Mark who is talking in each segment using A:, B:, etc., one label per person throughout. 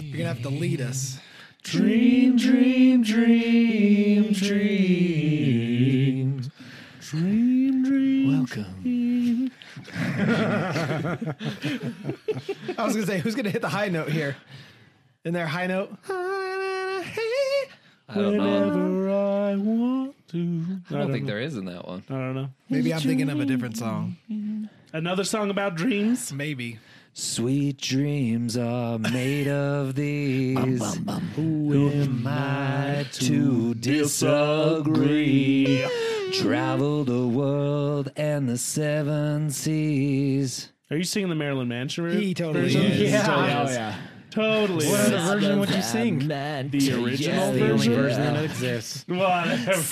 A: You're gonna have to lead us.
B: Dream, dream, dream, dreams. Dream, dream.
A: Welcome. I was gonna say, who's gonna hit the high note here? In their high note.
C: I don't know.
B: Whenever I want to.
C: I don't think there is in that one.
B: I don't know.
A: Maybe I'm thinking of a different song.
B: Another song about dreams.
A: Maybe.
C: Sweet dreams are made of these.
B: Who am
C: I to disagree. Travel the world and the seven seas.
B: Are you singing the Marilyn Manson version?
A: He totally
B: version?
A: is.
B: Yeah,
A: Totally is.
B: totally. Totally. is.
D: What other version would you sing?
B: The original
D: That's the only
B: version.
D: version that exists.
B: Whatever.
C: of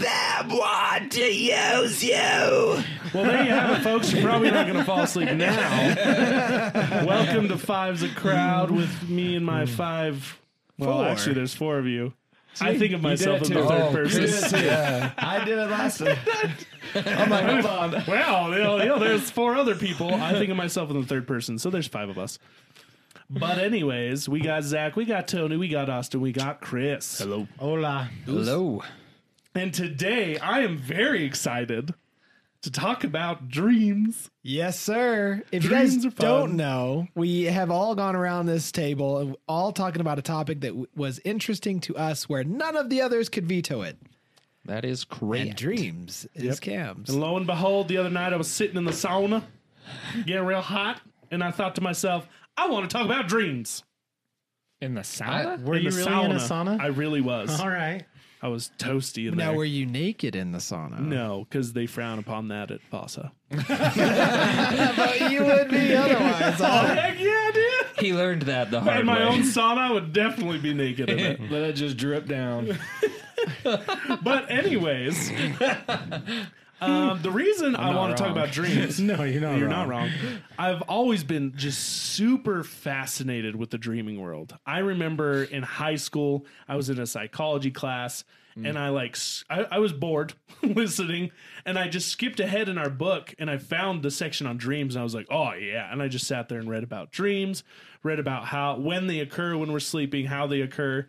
C: them want to use you.
B: Well, there you have it, folks. You're probably not going to fall asleep now. Welcome to Five's a Crowd with me and my five. Well,
A: Four.
B: actually, there's four of you. I think of
D: did
B: myself
D: it
B: in the
D: too.
B: third
D: Oh,
B: person.
D: I did it last time. I'm like, hold on.
B: Well, you know, you know, there's four other people. I think of myself in the third person, so there's five of us. But anyways, we got Zach, we got Tony, we got Austin, we got Chris. Hello.
D: Hola.
C: Hello.
B: And today I am very excited to talk about dreams.
A: Yes, sir. If
B: Dreams
A: you
B: are
A: guys
B: fun.
A: don't know, we have all gone around this table, and all talking about a topic that w- was interesting to us, where none of the others could veto it.
C: That is
A: And
C: correct.
A: dreams is Cam's.
B: And lo and behold, the other night I was sitting in the sauna, getting real hot, and I thought to myself, I want to talk about dreams.
D: In the
C: sauna?
D: Were you
B: the
D: really in a sauna?
B: I really was.
D: All right.
B: I was toasty in
A: Now,
B: there.
A: were you naked in the sauna?
B: no, because they frown upon that at FASA.
A: but you would be otherwise. All
B: Heck yeah, dude!
C: He learned that the
B: In
C: hard
B: my
C: way.
B: own sauna, I would definitely be naked in it.
D: Let it just drip down.
B: But anyways, um, the reason I want to talk
D: wrong.
B: about dreams,
D: no, you're not.
B: you're not wrong. I've always been just super fascinated with the dreaming world. I remember in high school, I was in a psychology class. And I like s- I, I was bored listening, and I just skipped ahead in our book, and I found the section on dreams, and I was like, oh yeah, and I just sat there and read about dreams, read about how when they occur when we're sleeping, how they occur,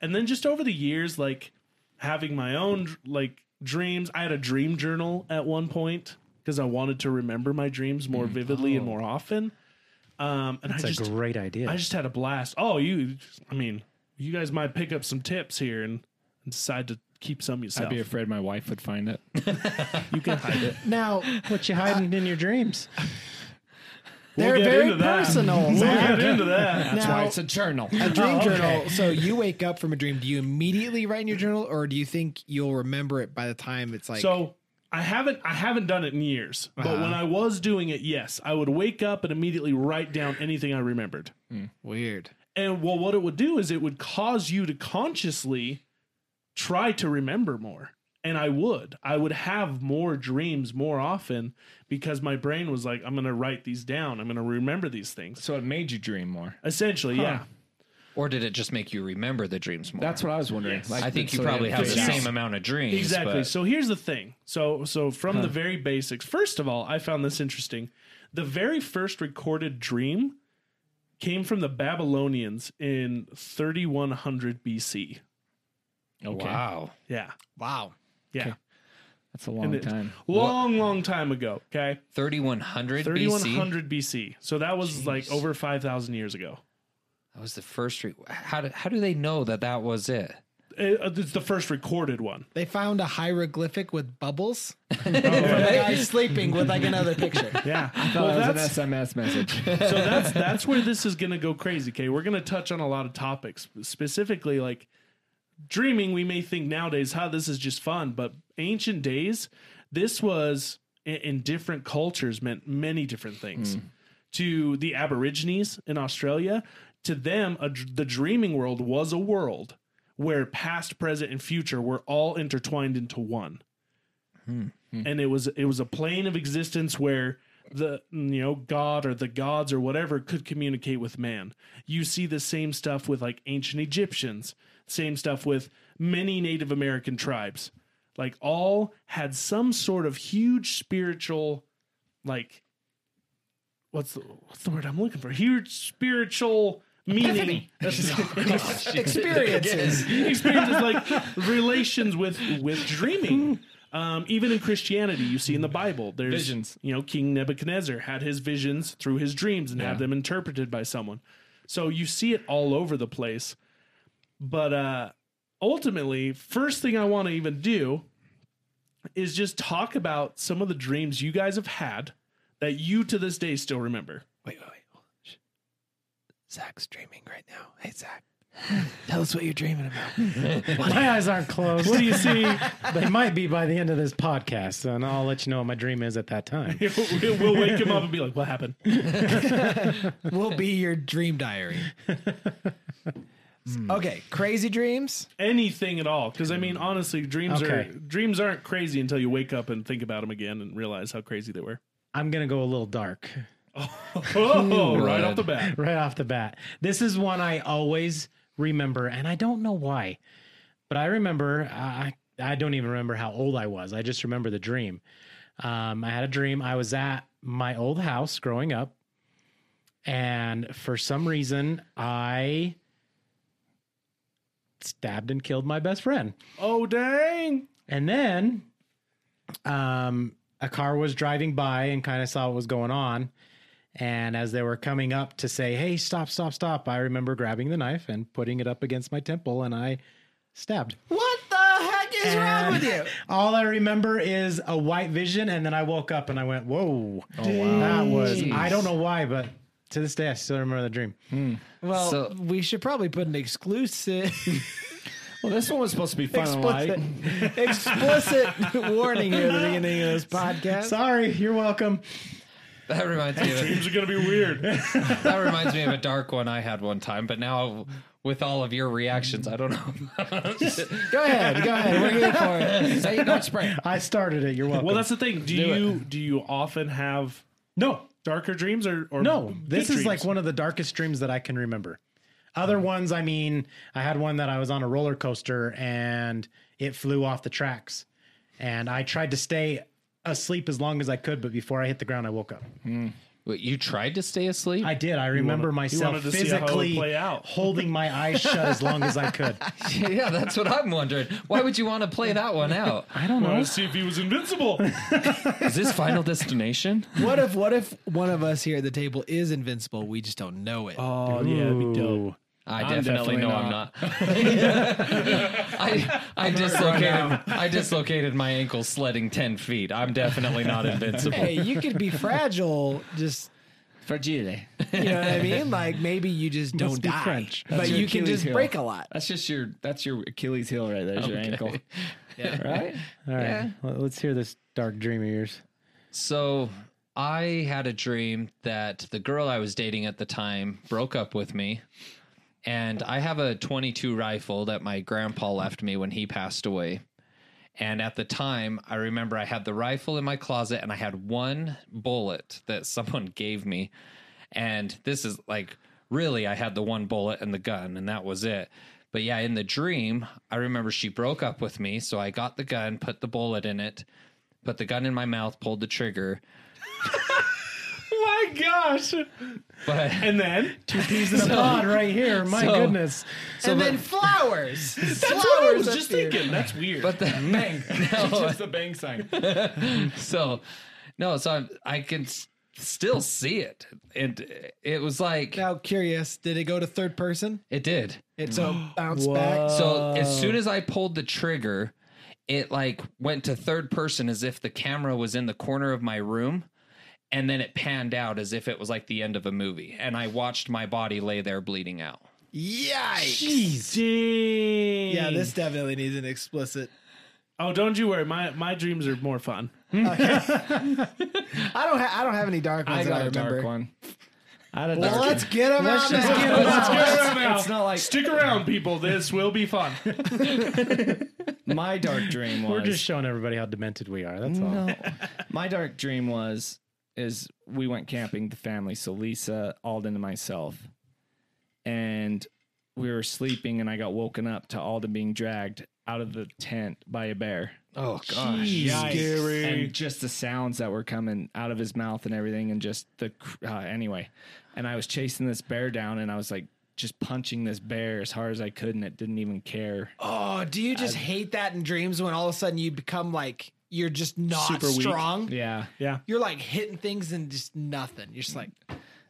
B: and then just over the years, like having my own like dreams. I had a dream journal at one point because I wanted to remember my dreams more vividly and more often. Um, and I
D: It's
B: just,
D: Mm. Oh. a great idea.
B: I just had a blast. Oh, you, I mean, you guys might pick up some tips here and, and decide to keep some
E: I'd
B: yourself.
E: be afraid my wife would find it.
B: you can hide it.
A: now,
D: what you hiding in your dreams?
A: they're
B: get
A: very
B: into that.
A: personal.
B: We'll
A: Zach.
B: get into that.
E: That's
A: Now-
E: why it's a journal.
A: A dream journal. So you wake up from a dream. Do you immediately write in your journal, or do you think you'll remember it by the time it's like? Uh-huh.
B: So I haven't I haven't done it in years, but when I was doing it, yes, I would wake up and immediately write down anything I remembered.
A: weird.
B: And well, what it would do is it would cause you to consciously try to remember more. And I would. I would have more dreams more often because my brain was like, I'm going to write these down. I'm going to remember these things.
E: So it made you dream more.
B: Essentially, yeah.
C: Or did it just make you remember the dreams more?
E: That's what I was wondering. Like,
C: I think you
E: so
C: probably
E: they
C: have the
E: figured
C: same
E: out.
C: amount of dreams.
B: Exactly.
C: but-
B: So here's the thing. So so from the very basics. First of all, I found this interesting. The very first recorded dream came from the Babylonians in 3100 BC.
E: Okay.
C: Wow.
B: Yeah.
A: Wow.
B: Yeah.
E: That's a long
B: And it-
E: time.
B: Long, long time ago. Okay.
C: 3100 BC.
B: 3100 BC. So that was like over 5,000 years ago.
C: That was the first. Re- how, do, how do they know that that was it?
B: It- uh, it's the first recorded one.
A: They found a hieroglyphic with bubbles. From a guy sleeping with like another picture.
B: Yeah.
E: Oh,
B: well,
E: that
B: that's,
E: was an SMS message.
B: so that's that's where this is going to go crazy. Okay. We're going to touch on a lot of topics, specifically like dreaming. We may think nowadays, how this is just fun, but ancient days, this was in, in different cultures meant many different things. To the Aborigines in Australia, to them, a, dr- the dreaming world was a world where past, present, and future were all intertwined into one. And it was it was a plane of existence where the you know god or the gods or whatever could communicate with man. You see the same stuff with like ancient Egyptians, same stuff with many Native American tribes. Like all had some sort of huge spiritual like what's the what's the word I'm looking for? Huge spiritual meaning
A: Experiences.
B: experiences like relations with with dreaming. Um, even in Christianity, you see in the Bible, there's
E: Visions.
B: You know, King Nebuchadnezzar had his visions through his dreams and had them interpreted by someone. So you see it all over the place. But uh, ultimately, first thing I want to even do is just talk about some of the dreams you guys have had that you to this day still remember.
A: Wait, wait, wait. Hold on. Shh. Zach's dreaming right now. Hey, Zach. Tell us what you're dreaming about.
F: My eyes aren't closed.
B: What do you see?
F: they might be by the end of this podcast, and I'll let you know what my dream is at that time.
B: we'll wake him up and be like, "What happened?"
A: Will be your dream diary. okay, crazy dreams.
B: anything at all because i mean honestly dreams
F: Okay.
B: are dreams aren't crazy until you wake up and think about them again and realize how crazy they were
F: I'm gonna go a little dark
B: oh right
E: Lord.
B: off the bat
F: right off the bat. This is one I always remember, and I don't know why, but I remember. I I don't even remember how old I was. I just remember the dream. Um, I had a dream. I was at my old house growing up, and for some reason, I stabbed and killed my best friend.
B: oh dang
F: And then um, a car was driving by and kind of saw what was going on. And as they were coming up to say, hey, stop, stop, stop, I remember grabbing the knife and putting it up against my temple and I stabbed.
A: What the heck is wrong
F: And
A: with you?
F: All I remember is a white vision. And then I woke up and I went, whoa.
B: Oh,
F: That was, I don't know why, but to this day, I still remember the dream.
A: Well,
C: So-
A: we should probably put an exclusive,
E: Well, this one was supposed to be
B: Oh,
E: fun and
A: explicit,
E: light.
A: explicit warning here at the beginning of this podcast.
F: Sorry, you're welcome.
C: That reminds me of a,
B: dreams are gonna be weird
C: that reminds me of a dark one I had one time, but now with all of your reactions, I don't know.
A: Go ahead, go ahead. We're here for it.
C: Say don't spray.
F: I started it. You're welcome.
B: well that's the thing do, you do you often have
F: no,
B: darker dreams or, or
F: No,
B: good
F: this is
B: dreams?
F: like one of the darkest dreams that I can remember. Other ones, I mean, I had one that I was on a roller coaster and it flew off the tracks. And I tried to stay asleep as long as I could, but before I hit the ground, I woke up.
C: Wait, you tried to stay asleep?
F: I did. I remember myself
B: wanted to see how it would
F: physically
B: play out.
F: holding my eyes shut as long as I could.
C: yeah, that's what I'm wondering. Why would you want to play that one out?
F: I don't know.
B: Wanted to see if he was invincible
C: Is this Final Destination?
A: What if what if one of us here at the table is invincible? We just don't know it.
B: oh yeah that'd be dope
F: Ooh.
C: I
E: I'm
C: definitely,
E: definitely
C: know I'm not. I I dislocated I dislocated my ankle sledding ten feet. I'm definitely not invincible.
A: Hey, you could be fragile. Just
E: Fragile.
A: you know what I mean. Like maybe you just don't
F: be
A: die,
F: French.
A: but
E: That's your
A: you can
E: Achilles
A: just
E: heel.
A: break a lot.
E: That's just your that's your Achilles heel right there. Is your ankle. Right?
F: All right. Well, let's hear this dark dream of yours.
C: So I had a dream that the girl I was dating at the time broke up with me. And I have a 22 rifle that my grandpa left me when he passed away. And at the time, I remember I had the rifle in my closet and I had one bullet that someone gave me. And this is like really, I had the one bullet and the gun, and that was it. But yeah, in the dream, I remember she broke up with me. So I got the gun, put the bullet in it, put the gun in my mouth, pulled the trigger.
B: my gosh
C: But
B: and then
F: He's in a pod right here. My
C: so-
F: goodness.
A: and then flowers.
B: that's what I
A: flowers.
B: was
A: up
B: just
A: here.
B: thinking that's weird
C: but the bang.
E: the bang sign.
C: so no, so I'm, I can s- still see it, and it was like
A: Now curious, did it go to third person?
C: it did.
A: It so bounced back.
C: So
B: Oh.
C: as soon as I pulled the trigger, it like went to third person as if the camera was in the corner of my room. And then it panned out as if it was like the end of a movie. And I watched my body lay there bleeding out.
A: Yikes!
B: jeez dang
A: Yeah, this definitely needs an explicit.
B: oh don't you worry my my dreams are more fun
A: I don't. Ha- I don't have any dark ones
E: I
A: that
E: got
A: I
E: a dark
A: remember.
E: one. I had a
A: Well,
E: dark
A: let's get them out. now.
B: Let's get around now.
E: It's not like-
B: stick around, people. This will be fun.
E: my dark dream was
F: We're just showing everybody how demented we are.
B: Mm.
F: That's all.
E: my dark dream was is we went camping with the family, so Lisa, Alden, and myself, and we were sleeping, and I got woken up to Alden being dragged out of the tent by a bear,
C: Oh, gosh.
B: Scary.
E: and just the sounds that were coming out of his mouth and everything, and just the cr- uh, anyway, and I was chasing this bear down, and I was like just punching this bear as hard as I could, and it didn't even care.
A: Oh, do you just hate that in dreams when all of a sudden you become like you're just not
B: Super weak.
A: strong?
E: Yeah,
B: Yeah.
A: You're like hitting things and just nothing. You're just like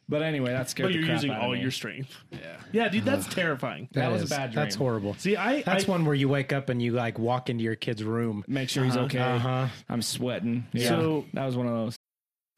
E: but anyway, that scared.
B: But
E: the
B: you're
E: crap
B: using
E: out of
B: all
E: me.
B: your strength. Yeah. Yeah, dude, that's terrifying.
E: That, was
C: is-
E: a bad dream.
F: That's horrible.
B: See, I
F: That's
B: I,
F: one where you wake up and you like walk into your kid's room.
E: Make sure he's okay.
F: Uh-huh.
E: I'm sweating. Yeah,
B: So-
E: that was one of those.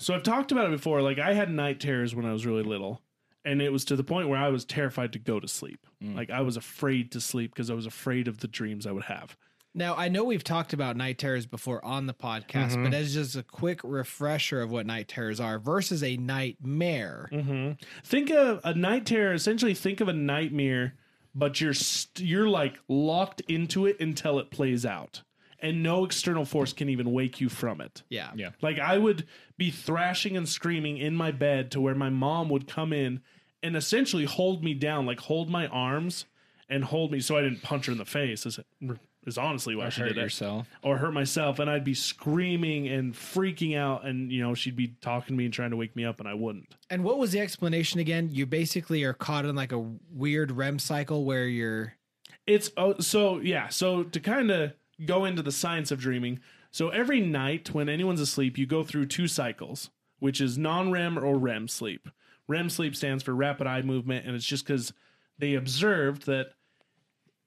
B: So I've talked about it before. Like I had night terrors when I was really little, and it was to the point where I was terrified to go to sleep. Like I was afraid to sleep because I was afraid of the dreams I would have.
A: Now I know we've talked about night terrors before on the podcast,
B: Mm-hmm.
A: but as just a quick refresher of what night terrors are versus a nightmare.
B: Mm-hmm. Think of a night terror. Essentially, think of a nightmare, but you're st- you're like locked into it until it plays out, and no external force can even wake you from it.
A: Yeah.
E: Yeah.
B: Like I would be thrashing and screaming in my bed to where my mom would come in and essentially hold me down, like hold my arms and hold me so I didn't punch her in the face. Is, is honestly why she
E: Hurt
B: did it
E: yourself.
B: or hurt myself and I'd be screaming and freaking out and you know she'd be talking to me and trying to wake me up and I wouldn't.
A: And what was the explanation again? You basically are caught in like a weird REM cycle where you're
B: It's oh so yeah, so to kind of go into the science of dreaming. So every night when anyone's asleep, you go through two cycles, which is non-REM or REM sleep. REM sleep stands for rapid eye movement and it's just cuz they observed that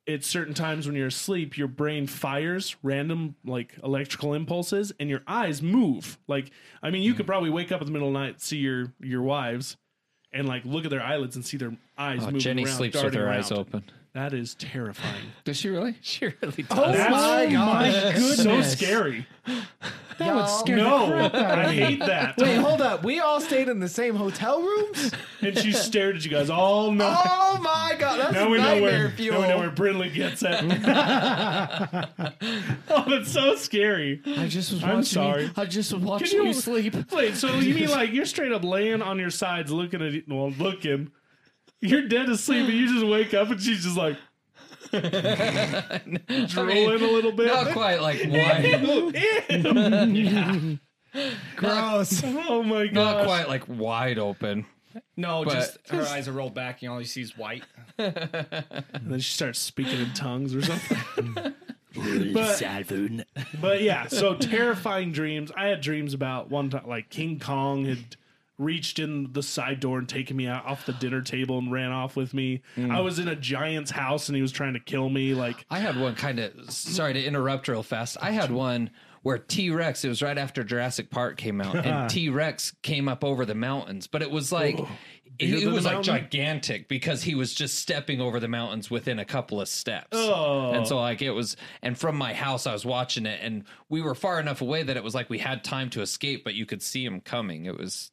B: at certain times when you're asleep, your brain fires random like electrical impulses and your eyes move. Like I mean, you
C: Mm-hmm.
B: could probably wake up in the middle of the night, see your your wives and like look at their eyelids and see their eyes
C: Oh,
B: moving
C: Jenny
B: around,
C: sleeps with
B: darting
C: her eyes
B: around.
C: open.
B: That is terrifying.
E: Does she really?
C: She really does.
B: Oh That's
A: Oh my gosh.
B: so scary.
F: That would
E: Oh,
F: scare the
B: No,
F: crap out of
B: I
F: me.
B: hate that.
A: Wait, hold up. We all stayed in the same hotel rooms?
B: And she stared at you guys all night.
A: Oh my god, that's
B: now we know
A: nightmare
B: where.
A: fuel.
B: Now we know where Brinley gets it. oh, that's so scary.
D: I just was
B: I'm
D: watching.
B: sorry.
D: You, I just was watching
B: you-
D: you sleep.
B: Wait, so you mean like you're straight up laying on your sides, looking at well, looking. You're dead asleep, and you just wake up, and she's just like drooling a little bit.
C: Not quite like why.
B: Ew.
A: Gross.
B: oh my god!
C: not quite like wide open.
E: No,
C: But-
E: just her eyes are rolled back, and all you see is white.
B: And then she starts speaking in tongues or something. but, but yeah, so terrifying dreams. I had dreams about one time, like King Kong had reached in the side door and taken me out off the dinner table and ran off with me. I was in a giant's house and he was trying to kill me. Like,
C: I had one kind of sorry to interrupt real fast. I had one where T Rex, it was right after Jurassic Park came out, and T Rex came up over the mountains, but it was like it, it
B: than
C: was
B: a
C: like
B: Oh. mountain?
C: gigantic because he was just stepping over the mountains within a couple of steps.
B: Oh.
C: And so like it was and from my house I was watching it and we were far enough away that it was like we had time to escape, but you could see him coming. It was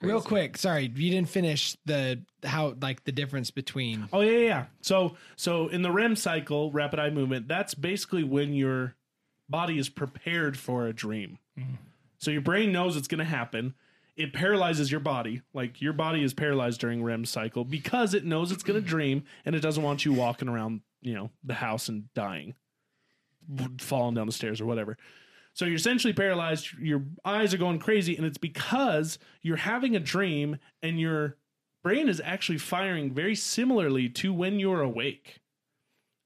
A: Real quick, sorry, you didn't finish the how like the difference between
B: oh yeah, yeah, yeah. So, so in the REM cycle, rapid eye movement, that's basically when your body is prepared for a dream. So your brain knows it's going to happen. It paralyzes your body. Like your body is paralyzed during REM cycle because it knows it's going to dream and it doesn't want you walking around, you know, the house and dying, w- falling down the stairs or whatever. So you're essentially paralyzed. Your eyes are going crazy and it's because you're having a dream and your brain is actually firing very similarly to when you're awake.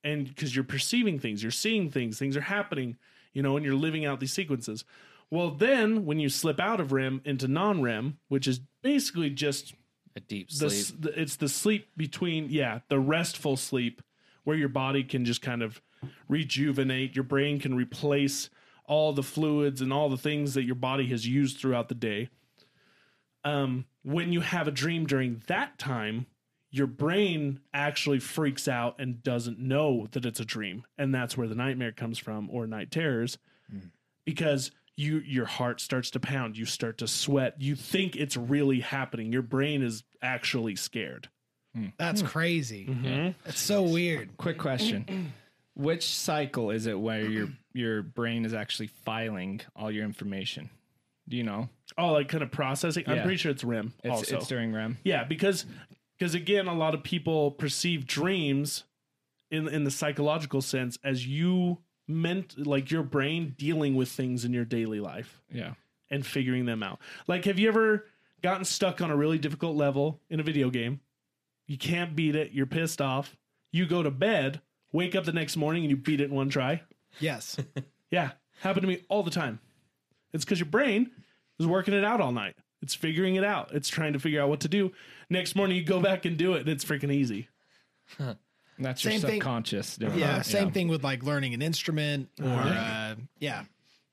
B: And because you're perceiving things, you're seeing things, things are happening, you know, and you're living out these sequences. Well, then when you slip out of REM into non REM, which is basically just
C: a deep sleep.
B: the, s- the it's the sleep between, yeah, the restful sleep where your body can just kind of rejuvenate, your brain can replace all the fluids and all the things that your body has used throughout the day. Um, when you have a dream during that time, your brain actually freaks out and doesn't know that it's a dream and that's where the nightmare comes from or night terrors because you your heart starts to pound you start to sweat you think it's really happening your brain is actually scared
A: That's
B: Hmm.
A: crazy.
B: Mm-hmm.
A: That's so weird.
E: Quick question. Which cycle is it where your your brain is actually filing all your information? Do you know?
B: Oh, like kind of processing. I'm
E: Yeah.
B: pretty sure it's REM.
E: It's,
B: also,
E: it's during REM.
B: yeah, because because again, a lot of people perceive dreams in in the psychological sense as you meant like your brain dealing with things in your daily life
E: Yeah.
B: and figuring them out. Like, have you ever gotten stuck on a really difficult level in a video game? You can't beat it. You're pissed off. You go to bed, wake up the next morning, and you beat it in one try.
A: Yes.
B: Yeah, happened to me all the time. It's because your brain is working it out all night. It's figuring it out. It's trying to figure out what to do. Next morning, you go back and do it, and it's freaking easy.
E: And that's your
A: Same thing-
E: subconscious. doing
A: Yeah.
B: Uh,
E: that.
A: Same thing with like learning an instrument or uh, yeah,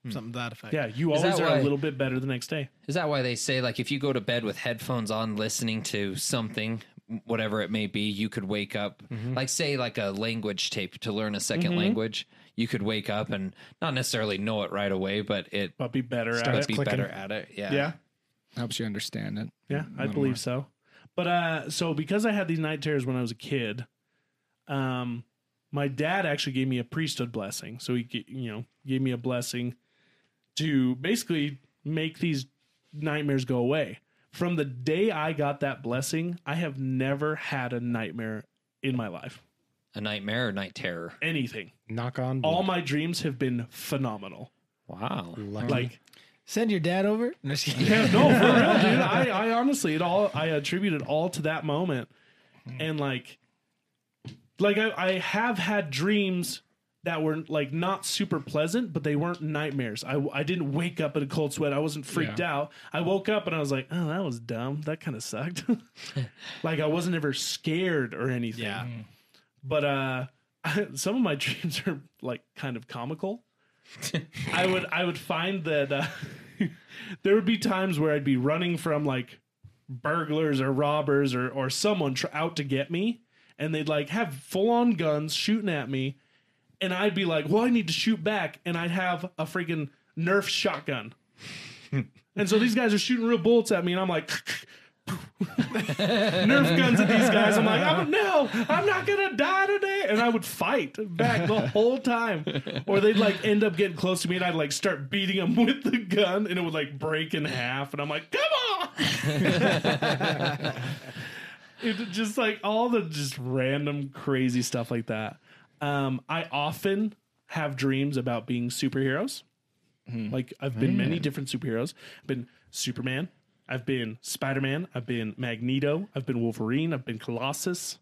A: something to that effect.
B: Uh-huh. Hmm. Yeah, you
C: Is that
B: always are
C: why-
B: a little bit better the next day.
C: Is that why they say like if you go to bed with headphones on listening to something whatever it may be, you could wake up like say like a language tape to learn a 2nd language, you could wake up and not necessarily know it right away, but it
B: But be better at
C: starts
B: it.
C: to be
B: Clicking.
C: better at it. Yeah.
B: Yeah,
E: Helps you understand it.
B: yeah, I believe so. But uh, so because I had these night terrors when I was a kid, um, my dad actually gave me a priesthood blessing. So he, g- you know, gave me a blessing to basically make these nightmares go away. From the day I got that blessing, I have never had a nightmare in my life.
C: A nightmare or night terror.
B: Anything.
F: Knock on wood.
B: All my dreams have been phenomenal.
C: Wow.
F: Lucky.
B: Like,
A: Send your dad over. No, just kidding.
B: yeah, no, for real, dude. I, I honestly, it all, I attribute it all to that moment. And like, like I, I have had dreams that were like not super pleasant, but they weren't nightmares. I, I didn't wake up in a cold sweat. I wasn't freaked out. I woke up and I was like, oh, that was dumb. That kind of sucked. like I wasn't ever scared or anything.
A: Yeah.
B: But uh, some of my dreams are like kind of comical. I would I would find that uh, there would be times where I'd be running from like burglars or robbers or or someone tr- out to get me, and they'd like have full on guns shooting at me, and I'd be like, "Well, I need to shoot back," and I'd have a freaking Nerf shotgun, and so these guys are shooting real bullets at me, and I'm like. Nerf guns at these guys. I'm like, I'm, no, I'm not gonna die today, and I would fight back the whole time. Or they'd like end up getting close to me, and I'd like start beating them with the gun, and it would like break in half, and I'm like, come on! it just like all the just random crazy stuff like that. Um, I often have dreams about being superheroes. Like I've been many different superheroes. I've been Superman. I've been Spider Man. I've been Magneto. I've been Wolverine. I've been Colossus.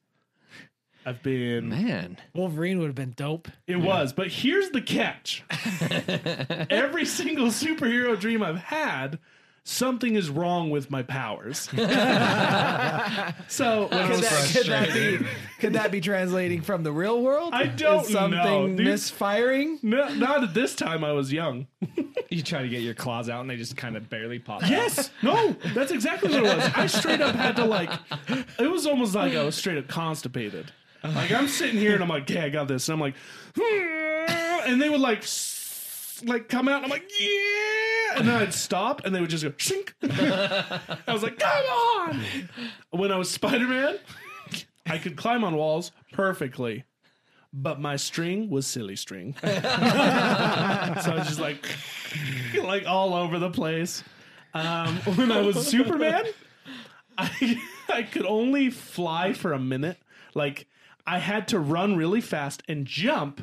B: I've been.
C: Man.
A: Wolverine would have been dope.
B: It was, but here's the catch. Every single superhero dream I've had, something is wrong with my powers. so when I
A: Could
B: was
A: that, could that be? Could that be translating from the real world?
B: I don't
A: Is something
B: know, dude.
A: misfiring.
B: No, not at this time. I was young.
E: You try to get your claws out and they just kind of barely pop.
B: Yes. No. That's exactly what it was. I straight up had to like. It was almost like I was straight up constipated. Like I'm sitting here and I'm like, yeah, I got this. And I'm like, "Hmm," and they would like, s- like come out. And I'm like, yeah. And then I'd stop and they would just go shink. I was like, come on. When I was Spider Man, I could climb on walls perfectly. But my string was silly string. so I was just like, like all over the place. Um, when I was Superman, I, I could only fly for a minute. Like I had to run really fast and jump,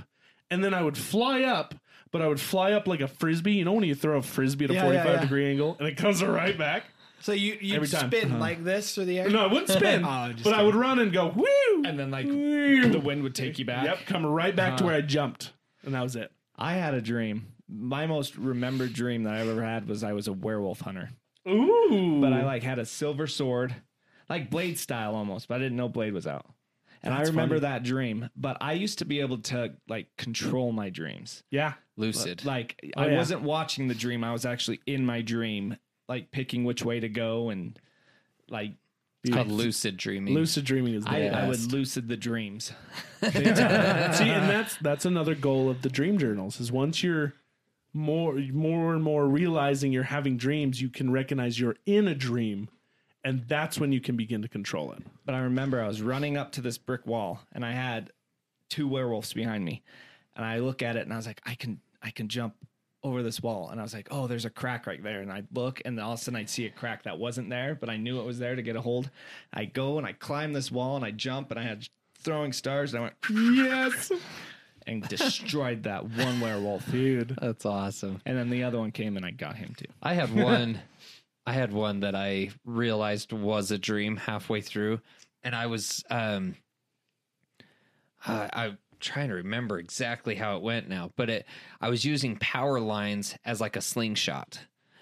B: and then I would fly up. But I would fly up like a frisbee. You know when you throw a frisbee at a
A: Yeah, yeah,
B: forty-five
A: yeah.
B: degree angle and it comes right back.
A: So you you
B: Every time. Uh-huh.
A: spin like this through the air.
B: No, I wouldn't spin,
A: Oh,
B: but
A: just
B: I would run and go woo,
E: And then like
B: woo.
E: the wind would take you back. Uh-huh.
B: yep, come right back to where I jumped, and that was it.
E: I had a dream. My most remembered dream that I've ever had was I was a werewolf hunter.
B: Ooh,
E: But I like had a silver sword, like blade style almost, but I didn't know blade was out. And I remember that dream, but I used to be able to like control my dreams.
B: yeah,
C: Lucid.
E: Like
B: Oh,
E: I
B: yeah.
E: wasn't watching the dream, I was actually in my dream, like picking which way to go and like
C: it's called lucid dreaming.
B: lucid dreaming is the
E: I, I
B: best.
E: would lucid the dreams.
B: See, and that's that's another goal of the dream journals is once you're more more and more realizing you're having dreams, you can recognize you're in a dream and that's when you can begin to control it.
E: But I remember I was running up to this brick wall and I had two werewolves behind me. And I look at it and I was like, I can I can jump over this wall. And I was like, oh, there's a crack right there. And I'd look and then all of a sudden I'd see a crack that wasn't there, but I knew it was there to get a hold. I go and I climb this wall and I jump and I had throwing stars and I went, yes. And destroyed that one werewolf. Dude.
C: That's awesome.
E: And then the other one came and I got him too.
C: I had one I had one that I realized was a dream halfway through and I was um uh, I'm trying to remember exactly how it went now, but it I was using power lines as like a slingshot.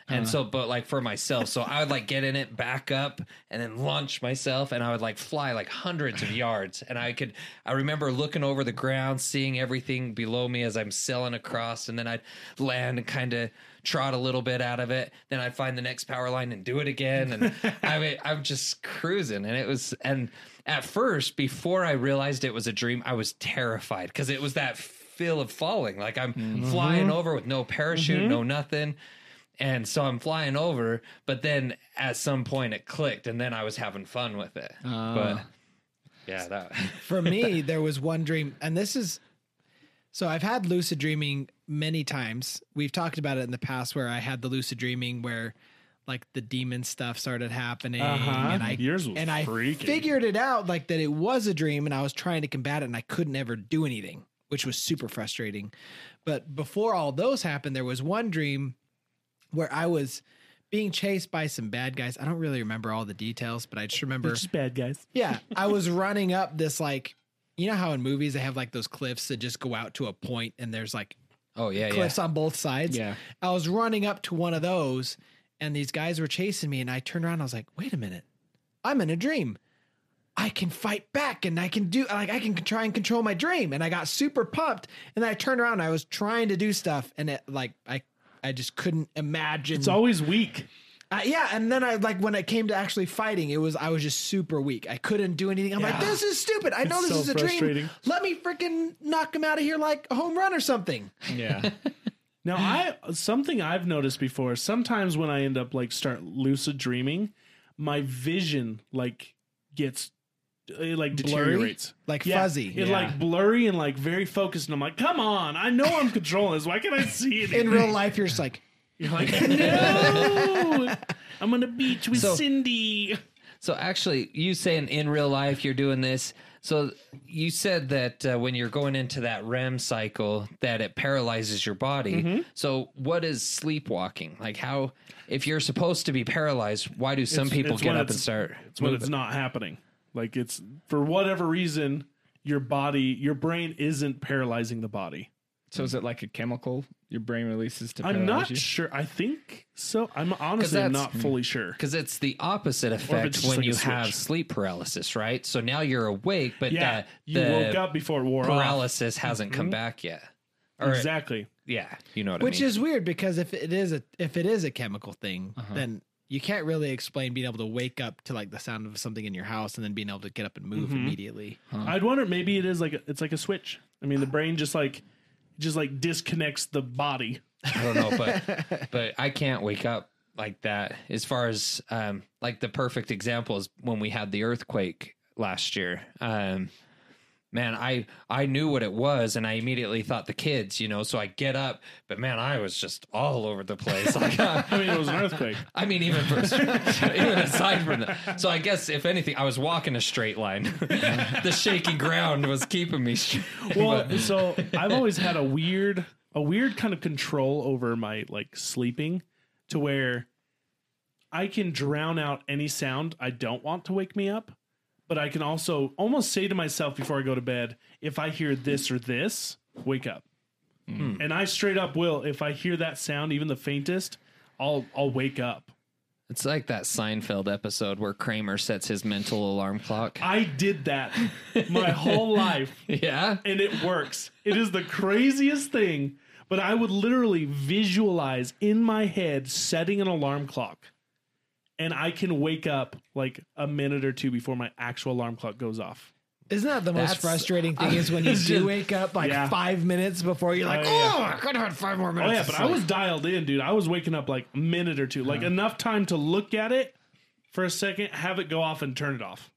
C: And so, but like for myself, so I would like get in it, back up, and then launch myself, and I would like fly like hundreds of yards. And I could, I remember looking over the ground, seeing everything below me as I'm sailing across, and then I'd land and kind of trot a little bit out of it. Then I'd find the next power line and do it again. And I mean, I'm just cruising. And it was, and at first, before I realized it was a dream, I was terrified because it was that feel of falling. Like I'm flying over with no parachute, no nothing. And so I'm flying over, but then at some point it clicked, and then I was having fun with it. but yeah, that
A: For me, there was one dream, and this is so I've had lucid dreaming many times. We've talked about it in the past where I had the lucid dreaming where like the demon stuff started happening
E: Uh-huh.
B: Uh-huh.
A: and I
B: Yours was
A: and I
B: freaking.
A: figured it out like that it was a dream and I was trying to combat it and I couldn't ever do anything, which was super frustrating. But before all those happened, there was one dream where I was being chased by some bad guys. I don't really remember all the details, but I just remember
B: Just bad guys.
A: yeah, I was running up this like you know how in movies they have like those cliffs that just go out to a point and there's like
C: oh yeah, yeah.
A: cliffs on both sides.
E: Yeah.
A: I was running up to one of those and these guys were chasing me and I turned around and I was like, "Wait a minute. I'm in a dream. I can fight back and I can do like I can try and control my dream." And I got super pumped and then I turned around and I was trying to do stuff and it like I I just couldn't imagine
B: It's always weak.
A: uh, yeah, and then I like when it came to actually fighting, it was I was just super weak. I couldn't do anything. I'm like, this is stupid. I know
B: It's
A: this
B: so
A: is a dream.
B: frustrating.
A: Let me freaking knock him out of here like a home run or something.
E: Yeah.
B: Now, I something I've noticed before. Sometimes when I end up like start lucid dreaming, my vision like gets it like deteriorates,
A: Like
B: Yeah,
A: fuzzy.
B: It like blurry and like very focused. And I'm like, come on, I know I'm controlling this. Why can't I see it?
A: In real life, you're just like,
B: You're like, no, I'm on the beach with
C: So-
B: Cindy.
C: So actually, you saying in real life you're doing this. So you said that uh, when you're going into that REM cycle, that it paralyzes your body.
B: Mm-hmm.
C: So what is sleepwalking? Like how, if you're supposed to be paralyzed, why do some
B: It's-
C: people
B: it's
C: get
B: when
C: up and
B: it's-
C: start?
B: It's when it's not happening. Like it's for whatever reason, your body, your brain isn't paralyzing the body.
E: so is it like a chemical your brain releases to
B: I'm
E: paralyze
B: not
E: you?
B: sure. I think so. I'm honestly I'm
C: that's-
B: not fully sure.
C: Because it's the opposite effect
B: just
C: when
B: like a
C: you have
B: switch.
C: sleep paralysis, right? So now you're awake, but
B: Yeah,
C: that
B: you
C: the
B: woke up before it wore off. Mm-hmm.
C: paralysis hasn't come back yet. Or
B: Exactly.
C: yeah, you know what I
A: which
C: mean.
A: is weird because if it is a if it is a chemical thing,
B: Uh-huh.
A: then you can't really explain being able to wake up to like the sound of something in your house and then being able to get up and move
B: Mm-hmm.
A: immediately.
B: I'd wonder maybe it is like a, it's like a switch. I mean, the brain just like just like disconnects the body.
C: I don't know, but but I can't wake up like that. As far as um, like the perfect example is when we had the earthquake last year. Um, man, I I knew what it was, and I immediately thought the kids, you know. So I get up, but man, I was just all over the place. Like,
B: I mean, it was an earthquake.
C: I mean, even for, even aside from that. So I guess if anything, I was walking a straight line. the shaky ground was keeping me straight.
B: Well, so I've always had a weird a weird kind of control over my like sleeping to where I can drown out any sound I don't want to wake me up, but I can also almost say to myself before I go to bed, if I hear this or this, wake up. And I straight up will if I hear that sound even the faintest, I'll I'll wake up.
C: It's like that Seinfeld episode where Kramer sets his mental alarm clock.
B: I did that my whole life.
C: yeah.
B: and it works. It is the craziest thing, but I would literally visualize in my head setting an alarm clock. And I can wake up like a minute or two before my actual alarm clock goes off.
A: Isn't that the most
C: That's-
A: frustrating thing? is when you do wake up like
B: Yeah.
A: five minutes before you're like, oh,
B: Oh, yeah.
A: I could have had five more
B: Oh
A: minutes.
B: yeah, but I was dialed in, dude. I was waking up like a minute or two, like enough time to look at it, for a second, have it go off and turn it off.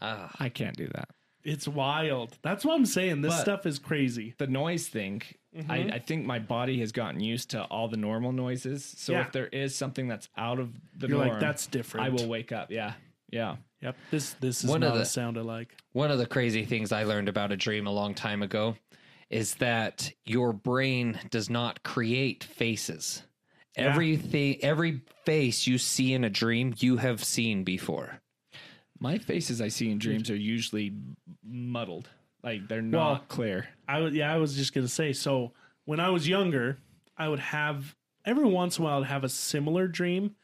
E: I can't do that.
B: It's wild. That's what I'm saying. This
E: But-
B: stuff is crazy.
E: The noise thing, I,
B: Mm-hmm.
E: I think my body has gotten used to all the normal noises. So
B: Yeah.
E: if there is something that's out of the
B: You're
E: norm,
B: like, that's different.
E: I will wake up. Yeah. Yeah.
B: Yep. This this is
C: One of
B: not a
C: the-
B: sound I like.
C: One of the crazy things I learned about a dream a long time ago is that your brain does not create faces. Everything, every face you see in a dream, you have seen before.
E: My faces I see in dreams are usually muddled. Like they're not
B: Well-
E: clear.
B: I would, yeah, I was just gonna say. So when I was younger, I would have every once in a while I'd have a similar dream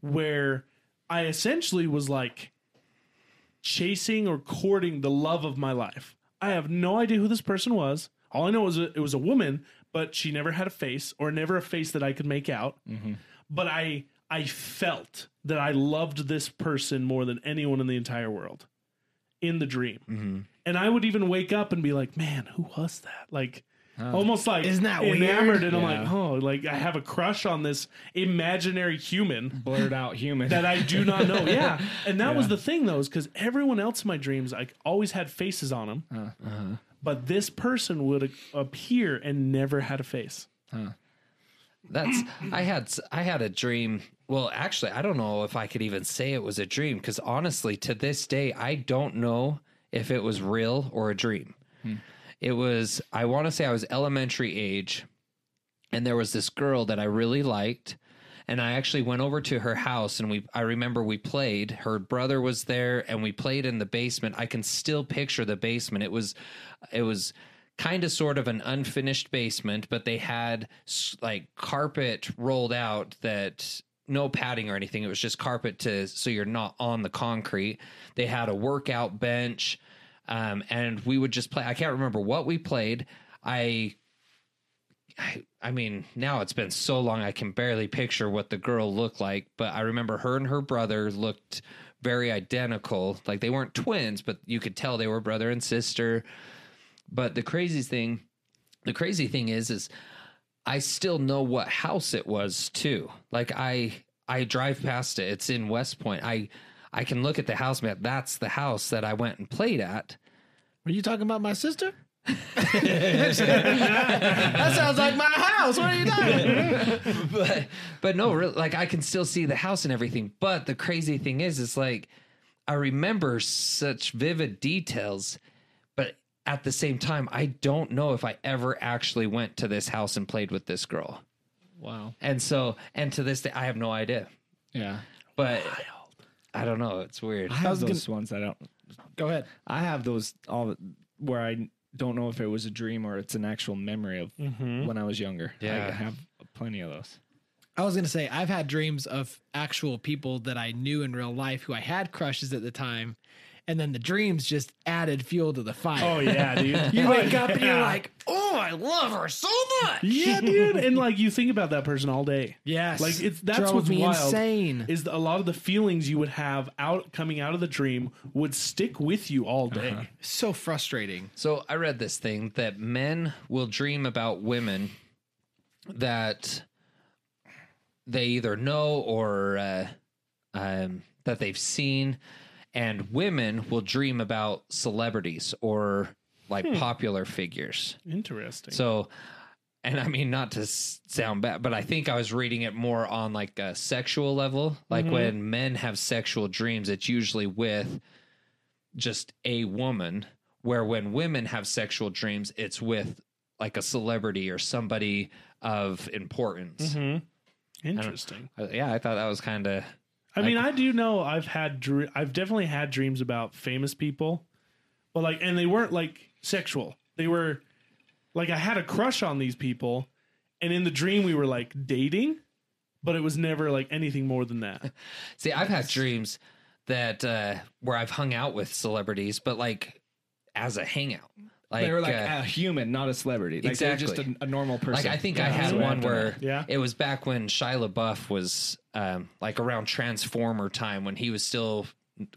B: where I essentially was like chasing or courting the love of my life. I have no idea who this person was. All I know is it was a woman, but she never had a face or never a face that I could make out.
E: Mm-hmm.
B: But I I felt that I loved this person more than anyone in the entire world in the dream.
E: Mm-hmm.
B: And I would even wake up and be like, man, who was that? Like, almost like
A: Isn't that
B: enamored.
A: weird?
B: And
E: Yeah.
B: I'm like, oh, like I have a crush on this imaginary human
E: Blurred out human.
B: that I do not know. yeah. And that was the thing, though, is because everyone else in my dreams, I always had faces on them. uh-huh. But this person would a- appear and never had a face.
C: That's I had s- I had a dream. Well, actually, I don't know if I could even say it was a dream because honestly, to this day, I don't know if it was real or a dream. It was I want to say I was elementary age, and there was this girl that I really liked, and I actually went over to her house and we I remember we played. Her brother was there, and we played in the basement. I can still picture the basement. It was, it was kind of sort of an unfinished basement, but they had s- like carpet rolled out that no padding or anything. It was just carpet to so you're not on the concrete. They had a workout bench, um, and we would just play. I can't remember what we played. I I, I mean, now it's been so long, I can barely picture what the girl looked like. But I remember her and her brother looked very identical. Like they weren't twins, but you could tell they were brother and sister. But the craziest thing, the crazy thing is, is I still know what house it was too. Like I, I drive past it. It's in West Point. I, I can look at the house map. That's the house that I went and played at.
A: Were you talking about my sister? that sounds like my house. What are you doing?
C: but but no, really, like I can still see the house and everything. But the crazy thing is, it's like I remember such vivid details, but at the same time, I don't know if I ever actually went to this house and played with this girl.
E: Wow.
C: And so, and to this day, I have no idea.
E: Yeah.
C: But I don't know. It's weird.
E: I have those ones I don't
A: Go ahead.
E: I have those all where I don't know if it was a dream or it's an actual memory of
B: Mm-hmm.
E: when I was younger.
C: Yeah.
E: I have plenty of those.
A: I was gonna say I've had dreams of actual people that I knew in real life who I had crushes at the time, and then the dreams just added fuel to the fire.
B: Oh, yeah, dude.
A: You wake up and you're
B: Yeah.
A: like, "Oh, I love her so much."
B: yeah, dude. And like you think about that person all day.
A: Yes,
B: Like it's that's
A: Drove
B: what's
A: me
B: wild.
A: insane.
B: Is a lot of the feelings you would have out coming out of the dream would stick with you all day.
A: so frustrating.
C: So I read this thing that men will dream about women that they either know or uh, um, that they've seen, and women will dream about celebrities or like popular figures.
B: Interesting.
C: So, and I mean, not to s- sound bad, but I think I was reading it more on like a sexual level. Like
E: Mm-hmm.
C: when men have sexual dreams, it's usually with just a woman, where when women have sexual dreams, it's with like a celebrity or somebody of importance.
B: Mm-hmm. Interesting.
E: Mm-hmm.
C: Uh, Yeah, I thought that was kind of.
B: I mean, I do know I've had dr- I've definitely had dreams about famous people, but like, and they weren't like sexual. They were like I had a crush on these people, and in the dream we were like dating, but it was never like anything more than that.
C: See, I've had dreams that uh where I've hung out with celebrities, but like as a hangout. Like
E: they were like
C: uh,
E: a human, not a celebrity. Like they're just
C: Exactly.
E: a, a normal
C: Like
E: person.
C: I think I
E: Yeah, that's
C: had
E: what
C: one
E: happened.
C: where
B: Yeah.
C: it was back when Shia LaBeouf was um, like around Transformer time when he was still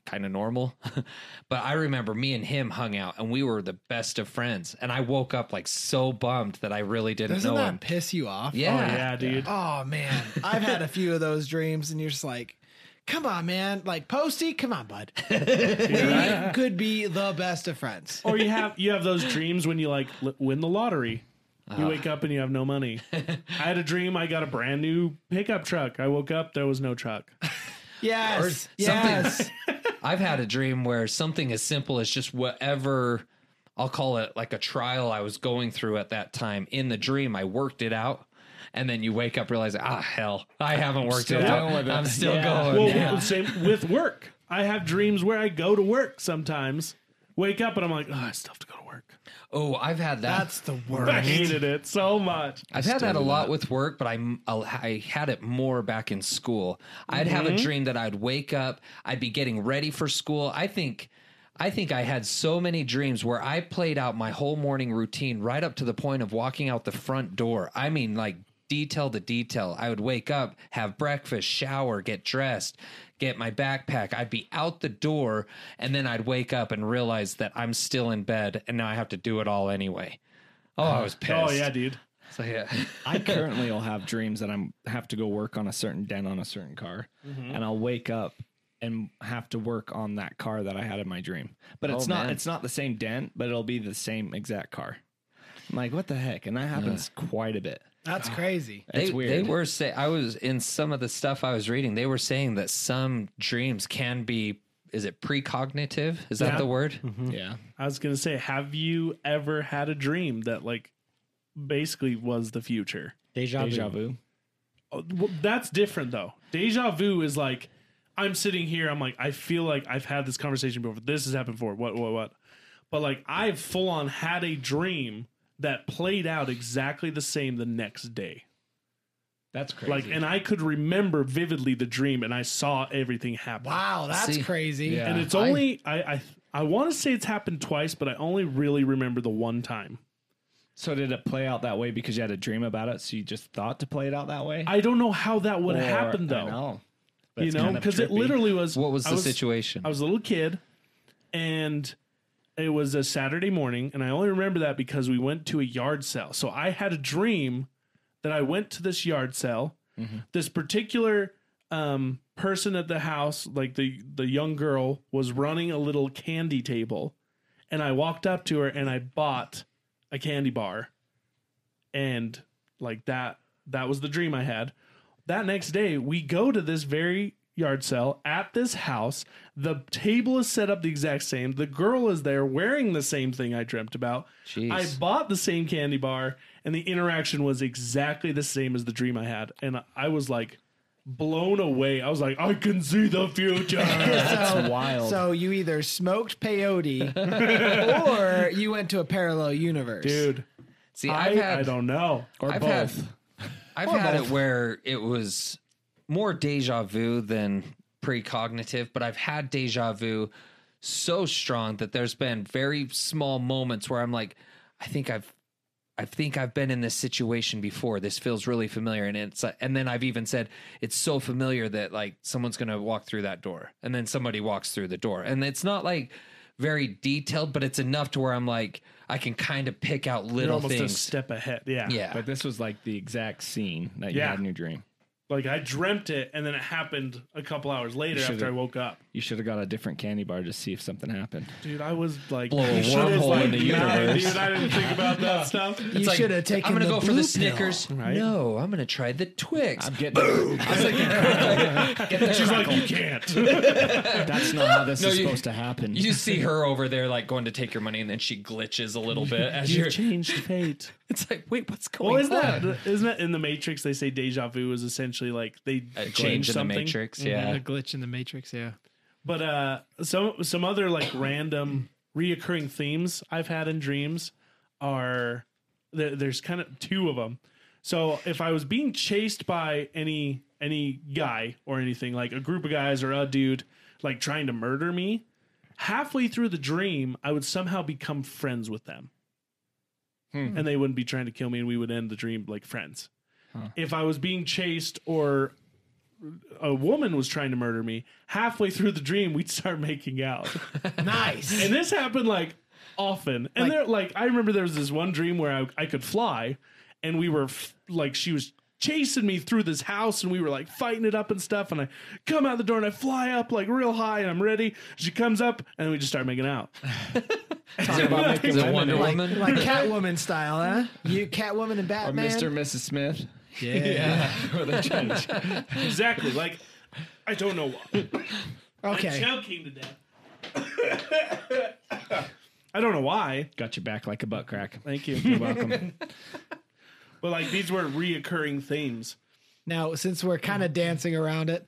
C: kind of normal. but I remember me and him hung out and we were the best of friends. And I woke up like so bummed that I really didn't
A: Doesn't
C: know
A: that
C: him.
A: piss you off?
C: Yeah.
B: Oh yeah, dude.
A: Oh man, I've had a few of those dreams, and you're just like, "Come on, man! Like Posty, come on, bud. we could be the best of friends."
B: Or you have you have those dreams when you like l- win the lottery. You wake up and you have no money. I had a dream. I got a brand new pickup truck. I woke up, there was no truck.
C: Or
A: Yes,
C: something.
A: yes.
C: I've had a dream where something as simple as just whatever I'll call it like a trial I was going through at that time. In the dream, I worked it out. And then you wake up realizing, ah, hell, I haven't worked it out. I'm still going.
B: Well,
C: Oh, yeah.
B: same with work. I have dreams where I go to work sometimes. Wake up and I'm like, oh, I still have to go to work.
C: Oh, I've had that.
A: That's the
B: I
A: worst.
B: hated it so much.
C: I've had that a lot with work, but I'm I'll- I had it more back in school. I'd have a dream that I'd wake up, I'd be getting ready for school. I think I think I had so many dreams where I played out my whole morning routine right up to the point of walking out the front door. I mean, like detail to detail. I would wake up, have breakfast, shower, get dressed, get my backpack. I'd be out the door, and then I'd wake up and realize that I'm still in bed, and now I have to do it all anyway. Oh, I was pissed.
B: Oh yeah, dude.
C: So, yeah.
E: I currently will have dreams that I'm have to go work on a certain dent on a certain car,
C: Mm-hmm.
E: and I'll wake up and have to work on that car that I had in my dream. But it's
C: Oh,
E: not
C: man.
E: it's not the same dent, but it'll be the same exact car. I'm like, what the heck? And that happens quite a bit.
A: That's crazy.
E: It's
C: they,
E: weird.
C: They were say I was in some of the stuff I was reading. They were saying that some dreams can be is it precognitive? Is that
B: Yeah. Mm-hmm.
C: the word?
E: yeah.
B: I was gonna say, have you ever had a dream that like basically was the future?
F: Deja,
E: Deja
F: vu.
E: vu.
B: Oh, well, that's different though. Deja vu is like I'm sitting here. I'm like I feel like I've had this conversation before. This has happened before. What what what? But like I've full on had a dream that played out exactly the same the next day.
E: That's crazy.
B: Like and I could remember vividly the dream and I saw everything happen.
A: Wow, that's
C: See,
A: crazy.
E: yeah.
B: And it's only I I, I want to say it's happened twice, but I only really remember the one time.
E: so did it play out that way because you had a dream about it, so you just thought to play it out that way?
B: I don't know how that would
E: Or-
B: happen
E: I
B: though.
E: know. But
B: You
E: it's
B: know,
E: kind of
B: because it
E: trippy.
B: literally was.
C: What was the
B: I
C: situation?
B: I was a little kid, and it was a Saturday morning, and I only remember that because we went to a yard sale. So I had a dream that I went to this yard sale. This particular um, person at the house, like the the young girl, was running a little candy table, and I walked up to her and I bought a candy bar, and like that that was the dream I had that next day we go to this very yard sale at this house the table is set up the exact same the girl is there wearing the same thing i dreamt about
C: Jeez.
B: i bought the same candy bar and the interaction was exactly the same as the dream i had and i was like blown away i was like i can see the future
A: So,
E: wild.
A: so you either smoked peyote or you went to a parallel universe.
B: dude
C: See,
B: I,
C: I've had
B: I don't know
E: or
C: I've had-
E: both.
C: I've had it where it was more deja vu than precognitive, but I've had deja vu so strong that there's been very small moments where I'm like, I think I've I think I've been in this situation before. This feels really familiar, and it's and then I've even said it's so familiar that like someone's gonna walk through that door, and then somebody walks through the door, and it's not like very detailed, but it's enough to where I'm like I can kind of pick out
B: you're
C: little
B: almost a
C: things.
B: step ahead yeah
C: yeah,
E: But this was like the exact scene that you
B: Yeah.
E: had in your dream.
B: like i dreamt it and then it happened a couple hours later
E: should've-
B: after i woke up
E: You should have got a different candy bar to see if something happened.
B: dude i was like
C: Blow a
B: You should've,
C: wormhole
B: like,
C: in the
B: nah,
C: universe.
B: dude i didn't think about that stuff
A: You
C: It's like,
A: should have taken.
C: I'm gonna
A: the
C: go for
A: blue
C: the
A: pill.
C: Snickers. No, I'm gonna try the Twix.
E: I'm getting Boom.
B: She's like, you can't.
E: That's not how this
C: No,
E: is
C: you-
E: supposed to happen.
C: you see her over there, like going to take your money, and then she glitches a little bit as you're.
B: changed fate.
C: It's like, wait, what's going
B: Well, isn't
C: on?
B: that isn't that in the Matrix? They say deja vu is essentially like they
C: A glitch
B: change
C: Uh, in the
B: something.
C: Matrix, yeah.
A: A glitch in the matrix. Yeah.
B: But uh, some some other like random reoccurring themes I've had in dreams are there, there's kind of two of them. So if I was being chased by any any guy or anything like a group of guys or a dude like trying to murder me, halfway through the dream I would somehow become friends with them, and they wouldn't be trying to kill me, and we would end the dream like friends. If I was being chased or a woman was trying to murder me. Halfway through the dream, we'd start making out.
A: Nice.
B: and this happened like often. And there, like, I remember there was this one dream where I, I could fly, and we were f- like, she was chasing me through this house, and we were like fighting it up and stuff. And I come out the door and I fly up like real high, and I'm ready. She comes up, and we just start making out.
C: Is it, is it Wonder Woman?
A: like Catwoman style, huh? You Catwoman and Batman.
E: Mr. and Mrs. Smith.
B: exactly. Like, I don't know why.
A: Okay.
B: Choking to death. I don't know why.
E: Got your back like a butt crack.
B: Thank you. You're welcome. but like these were reoccurring themes.
A: Now, since we're kind of dancing around it,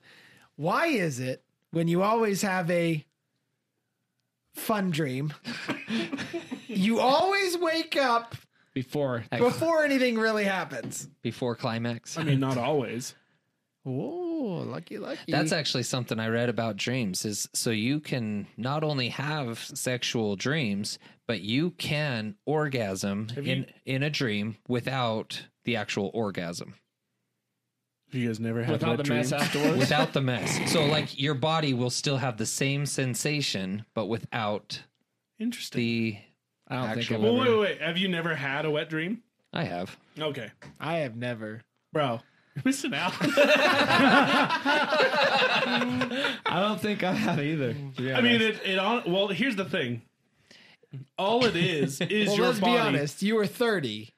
A: why is it when you always have a fun dream, you always wake up
E: Before
A: before anything really happens?
C: Before climax.
B: I mean, not always.
A: Oh, lucky, lucky.
C: That's actually something I read about dreams is so you can not only have sexual dreams, but you can orgasm in in a dream without the actual orgasm,
B: You guys never had that
E: without the
B: dream.
E: mess afterwards.
C: without the mess. So like your body will still have the same sensation but without
B: Interesting.
C: the
E: I don't think I've
C: Actual-
B: Well,
E: ever.
B: wait, wait, wait. Have you never had a wet dream?
C: I have.
B: Okay,
A: I have never.
B: bro, you're missing out.
E: I don't think I have either.
B: I mean, it. It on. Well, here's the thing. All it is is
A: Well,
B: your
A: let's
B: body.
A: be honest. You were 30.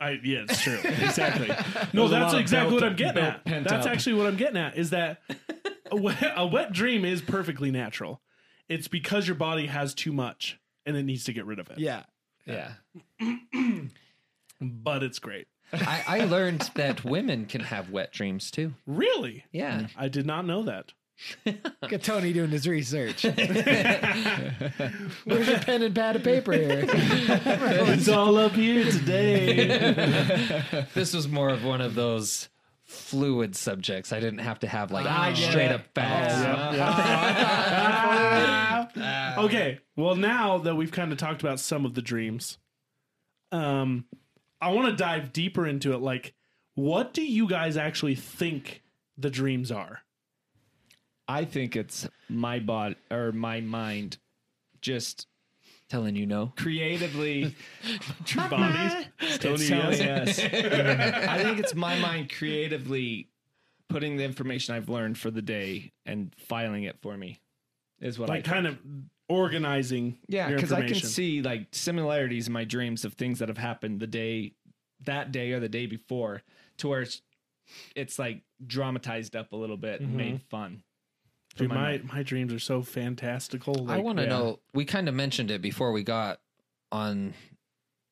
B: I, yeah, it's true. Exactly. No,
E: There's a lot
B: that's
E: of
B: exactly
E: built-
B: what I'm getting
E: built
B: at.
E: pent
B: That's
E: up.
B: actually what I'm getting at is that a wet, a wet dream is perfectly natural. It's because your body has too much and it needs to get rid of it.
A: Yeah.
C: Yeah.
B: But it's great.
C: I, I learned that women can have wet dreams too.
B: Really?
C: Yeah.
B: I did not know that.
A: Look at Tony doing his research. Where's your pen and pad of paper here?
B: It's all up here today.
C: This was more of one of those fluid subjects. I didn't have to have like
E: Ah,
A: I get
C: straight
A: it.
E: Oh,
C: up facts.
B: okay. Well, now that we've kind of talked about some of the dreams, um, I want to dive deeper into it. Like, what do you guys actually think the dreams are?
E: I think it's my body or my mind just
C: Telling you no.
E: creatively
B: True bodies. Tony,
E: It's
B: yes.
E: telling us. I think it's my mind creatively putting the information I've learned for the day and filing it for me is what I
B: like kind of organizing
E: yeah
B: your
E: because I can
B: information.
E: see like similarities in my dreams of things that have happened the day that day or the day before to where it's it's like dramatized up a little bit and made
B: Mm-hmm.
E: fun. for
B: Dude,
E: my
B: my,
E: mind.
B: my dreams are so fantastical.
C: I
B: like-
C: want to
B: Yeah.
C: know. We kind of mentioned it before we got on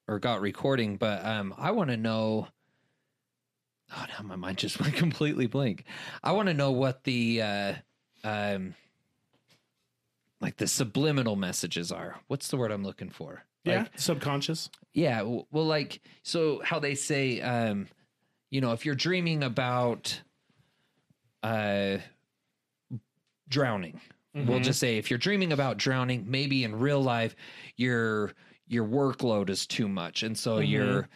C: or got recording, but um, I want to know. Oh no, my mind just went completely blank. I want to know what the uh, um, like the subliminal messages are. What's the word I'm looking for?
B: Yeah,
C: Like,
B: subconscious.
C: yeah. w- Well, like so, how they say, um, you know, if you're dreaming about uh, drowning, we'll just say if you're dreaming about drowning, maybe in real life, your your workload is too much, and so you're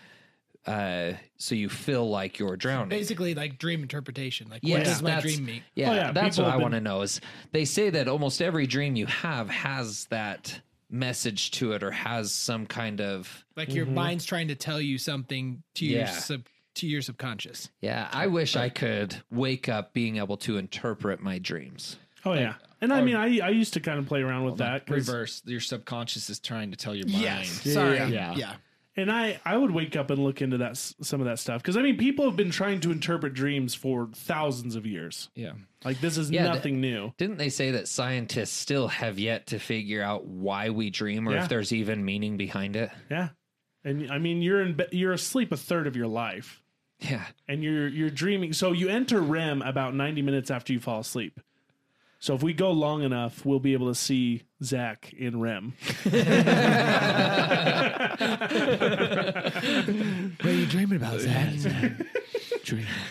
C: uh, so you feel like you're drowning.
A: Basically, like dream interpretation. Like,
C: Yeah,
A: what does my
C: that's-
A: dream mean?
C: Yeah,
B: Oh, yeah,
C: that's
B: people
C: what
B: have
C: I
B: been-
C: want to know. Is they say that almost every dream you have has that message to it, or has some kind of
G: like your
A: Mm-hmm.
G: mind's trying to tell you something to your
C: Yeah.
G: sub to your subconscious.
C: Yeah, I wish I could wake up being able to interpret my dreams.
B: Oh yeah, and I mean, I I used to kind of play around with that. Uh, 'cause-
E: reverse your subconscious is trying to tell your mind.
G: Sorry.
E: Yeah.
G: yeah.
B: And I I would wake up and look into that s- some of that stuff because I mean, people have been trying to interpret dreams for thousands of years.
E: Yeah.
B: Like this is
C: Yeah, the-
B: nothing new.
C: Didn't they say that scientists still have yet to figure out why we dream or
B: Yeah.
C: if there's even meaning behind it?
B: Yeah, and I mean, you're in be- you're asleep a third of your life,
C: Yeah.
B: and you're you're dreaming. So you enter REM about ninety minutes after you fall asleep. So if we go long enough, we'll be able to see Zach in REM.
A: What are you dreaming about, Zach?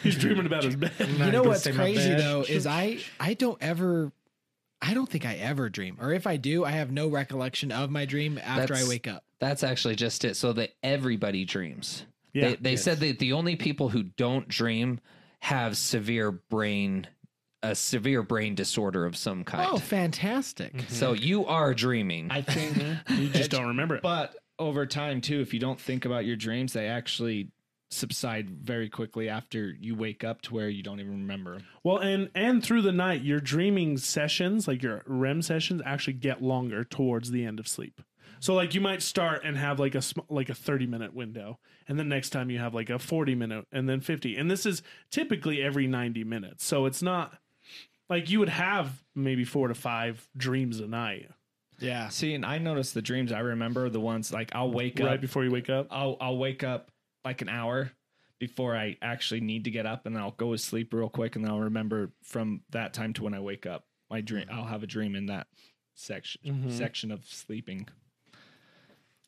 B: He's dreaming about his bed.
A: You know
F: gonna
A: what's
F: say my
A: crazy
F: bad.
A: though is I I don't ever I don't think I ever dream, or if I do, I have no recollection of my dream after
C: That's-
A: I wake up.
C: That's actually just it. So that everybody dreams.
B: Yeah.
C: They, they said that the only people who don't dream have severe brain a severe brain disorder of some kind.
A: Oh, fantastic.
C: So you are dreaming.
E: I think,
B: You just don't remember it.
E: but over time too, if you don't think about your dreams, they actually subside very quickly after you wake up to where you don't even remember 'em.
B: Well, and and through the night, your dreaming sessions, like your REM sessions, actually get longer towards the end of sleep. So, like, you might start and have like a sm- like a thirty minute window, and then next time you have like a forty minute, and then fifty, and this is typically every ninety minutes. So it's not like you would have maybe four to five dreams a night
A: Yeah.
E: See, and I notice the dreams I remember the ones like I'll wake
B: right
E: up
B: before you wake up.
E: I'll I'll wake up like an hour before I actually need to get up, and I'll go to sleep real quick, and I'll remember from that time to when I wake up. My dream,
B: Mm-hmm.
E: I'll have a dream in that section section of sleeping.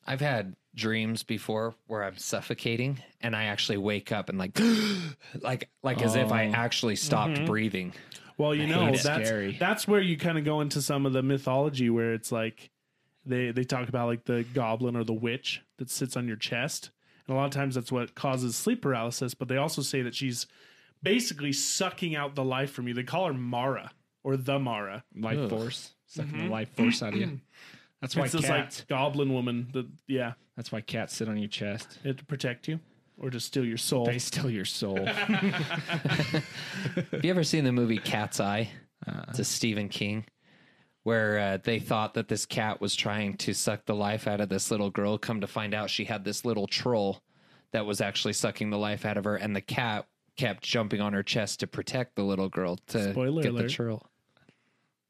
C: I've had dreams before where I'm suffocating and I actually wake up and like like like as if
B: Oh.
C: I actually stopped
B: Mm-hmm.
C: breathing.
B: Well, you know
E: it.
B: that's
E: Scary.
B: that's where you kind of go into some of the mythology where it's like they they talk about like the goblin or the witch that sits on your chest, and a lot of times that's what causes sleep paralysis. But they also say that she's basically sucking out the life from you. They call her Mara or the Mara.
E: Life force, sucking the life force out of you. That's why
B: It's this
E: cats.
B: like goblin woman that yeah,
E: that's why cats sit on your chest.
B: it to protect you or to steal your soul.
E: They steal your soul.
C: Have you ever seen the movie Cat's Eye?
B: Uh.
C: It's a Stephen King where uh, they thought that this cat was trying to suck the life out of this little girl come to find out she had this little troll that was actually sucking the life out of her and the cat kept jumping on her chest to protect the little girl to
B: Spoiler
C: get the
B: alert.
C: troll.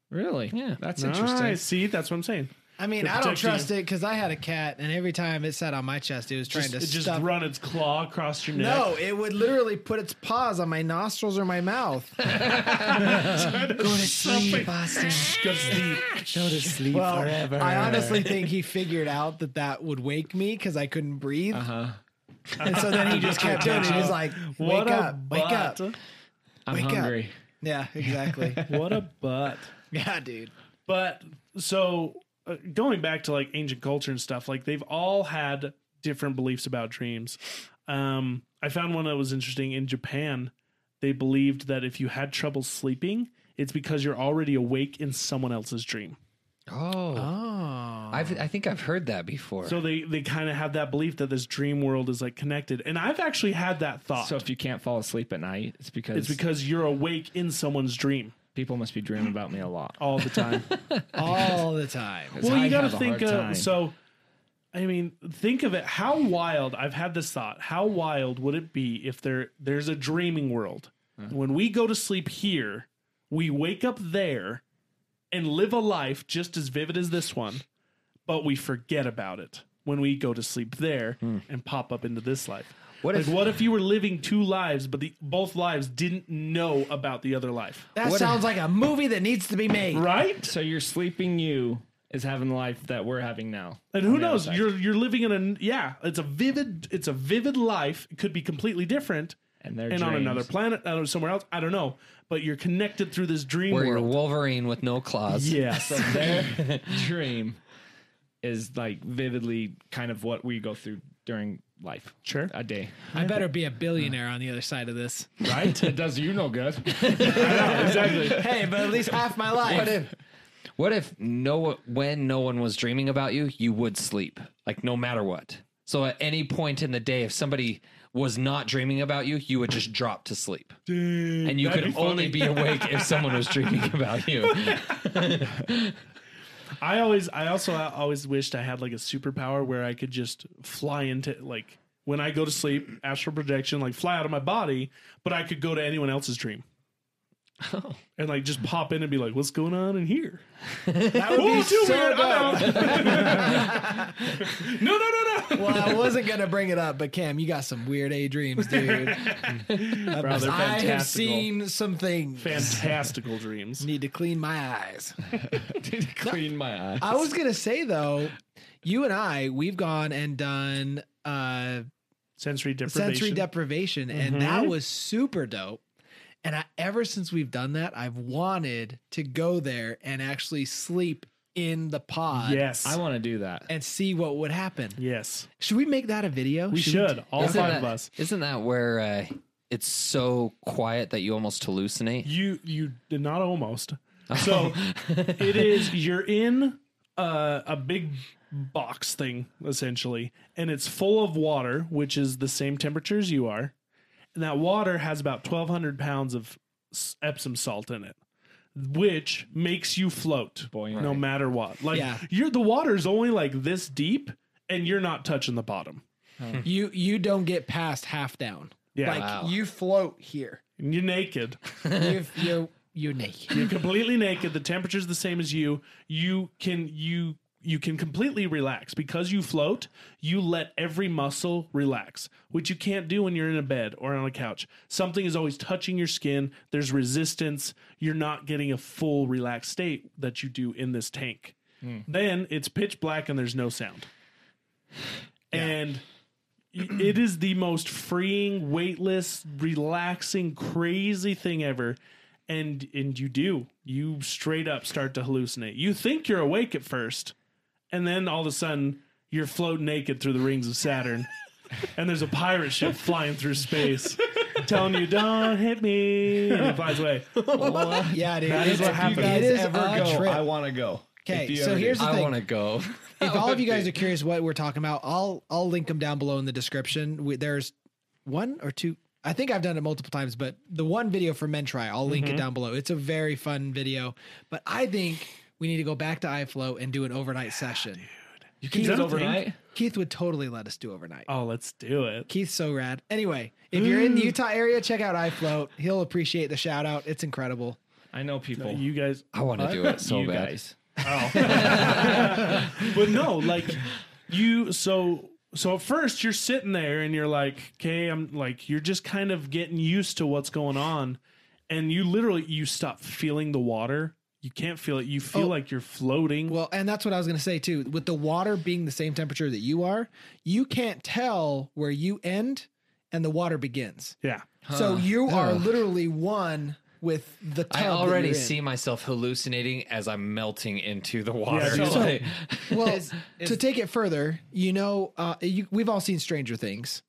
E: really?
C: Yeah.
E: that's
B: Nice.
E: interesting.
B: See, that's what I'm saying.
A: I mean,
B: To
A: I don't
B: protect you.
A: trust it because I had a cat, and every time it sat on my chest, it was trying
B: Just,
A: to
B: it just
A: stuff.
B: run its claw across your neck.
A: no, it would literally put its paws on my nostrils or my mouth.
F: Go to sleep
A: Well, I honestly think he figured out that that would wake me because I couldn't breathe. Uh-huh. And so then he just kept doing it. He's like, wake
B: What a
A: up, wake up.
B: butt.
E: I'm
A: Wake up.
E: hungry.
A: Yeah, exactly.
B: What a butt.
A: yeah, dude.
B: But so uh, going back to like ancient culture and stuff, like they've all had different beliefs about dreams. Um, I found one that was interesting in Japan. They believed that if you had trouble sleeping, it's because you're already awake in someone else's dream.
C: Oh. I've, I think I've heard that before.
B: So they they kind of have that belief that this dream world is like connected. And I've actually had that thought.
E: So if you can't fall asleep at night, it's because,
B: it's because you're awake in someone's dream
E: people must be dreaming about me a lot.
B: all the time.
A: All the time.
B: well,
E: I
B: you got to
E: have a hard
B: think uh, of
E: time.
B: so. I mean, think of it. How wild! I've had this thought. How wild would it be if there there's a dreaming world?
E: Uh-huh.
B: When we go to sleep here, we wake up there and live a life just as vivid as this one, but we forget about it when we go to sleep there
E: Hmm.
B: and pop up into this life.
C: What
B: What like,
C: if-
B: if, what if you were living two lives, but the both lives didn't know about the other life?
A: That sounds like a movie that needs to be made.
B: Right?
E: So your sleeping you is having the life that we're having now.
B: And who
E: the other
B: knows?
E: side.
B: You're you're living in a yeah. It's a vivid. It's a vivid life. It could be completely different
E: And they're
B: and on another planet, I don't- somewhere else. I don't know. But you're connected through this dream
C: where you're
B: world.
C: Wolverine with no claws.
B: Yes.
E: their dream is like vividly kind of what we go through during life.
B: Sure.
E: A day.
G: I better be a billionaire on the other side of this.
E: Right? it does you no good.
A: Hey, but at least half my life.
C: What if what if no when no one was dreaming about you, you would sleep like no matter what. So at any point in the day, if somebody was not dreaming about you, you would just drop to sleep, and you could only be awake if someone was dreaming about you.
B: I always, I also always wished I had like a superpower where I could just fly into like when I go to sleep, astral projection, like fly out of my body, but I could go to anyone else's dream. And like just pop in and be like, "What's going on in here?"
A: That would be
B: Oh, too
A: so
B: weird.
A: dope.
B: I'm out. no, no, no, no.
A: Well, I wasn't gonna bring it up, but Cam, you got some weird A dreams, dude. I have seen something.
B: Fantastical dreams.
A: Need to clean my eyes.
E: Clean my eye.
A: I was gonna say though, you and I, we've gone and done uh
B: Sensory deprivation.
A: sensory deprivation, and that was super dope. And I, ever since we've done that, I've wanted to go there and actually sleep in the pod
B: Yes.
E: I want to do that.
A: and see what would happen.
B: yes.
A: Should we make that a video?
B: We should. All
C: Isn't
B: five
C: that-
B: of us.
C: Isn't that where uh, it's so quiet that you almost hallucinate.
B: You you did not almost.
G: Oh.
B: So it is you're in a, a big box thing essentially, and it's full of water, which is the same temperature as you are, and that water has about twelve hundred pounds of s- Epsom salt in it, which makes you float, no matter what. Like
G: Yeah.
B: you're the water's only like this deep, and you're not touching the bottom.
G: You you don't get past half down.
B: Yeah.
G: Like you float here.
B: You're naked.
G: You you you naked.
B: You're completely naked. The temperature's the same as you. You can you you can completely relax because you float. You let every muscle relax, which you can't do when you're in a bed or on a couch. Something is always touching your skin. There's resistance. You're not getting a full relaxed state that you do in this tank. Then it's pitch black and there's no sound. And it is the most freeing, weightless, relaxing, crazy thing ever. And and you do. You straight up start to hallucinate. You think you're awake at first, and then all of a sudden you're floating naked through the rings of Saturn. and there's a pirate ship flying through space telling you, Don't hit me and it flies away.
A: yeah, dude.
E: That is what happens.
A: You guys ever go,
E: I want to go. If
A: Okay,
E: you
A: so
E: ever
A: here's the
C: I
A: thing.
C: want to go.
A: if all of you guys are curious what we're talking about, I'll I'll link them down below in the description. We, there's one or two. I think I've done it multiple times, but the one video for Men Try, I'll
E: Mm-hmm.
A: link it down below. It's a very fun video, but I think we need to go back to iFlow and do an overnight session. You can
B: do it overnight?
A: Keith would totally let us do overnight.
B: Oh, let's do it.
A: Keith's so rad. Anyway, if you're
E: Mm.
A: in the Utah area, check out iFloat. He'll appreciate the shout out. It's incredible.
E: I know people.
B: You guys
C: I want to do it so
E: you
C: bad.
E: guys.
B: but no, like you so so at first you're sitting there and you're like, okay, I'm like you're just kind of getting used to what's going on, and you literally you stop feeling the water. You can't feel it. You feel
A: Oh.
B: like you're floating.
A: Well, and that's what I was going to say too. With the water being the same temperature that you are, you can't tell where you end and the water begins.
B: yeah.
A: So you are
C: Ugh.
A: literally one with the tub.
C: Oh. I
A: that
C: already
A: you're in.
C: see myself hallucinating as I'm melting into the water.
B: Yeah, so-
C: Like,
A: Well, to take it further, you know, uh, you, we've all seen Stranger Things.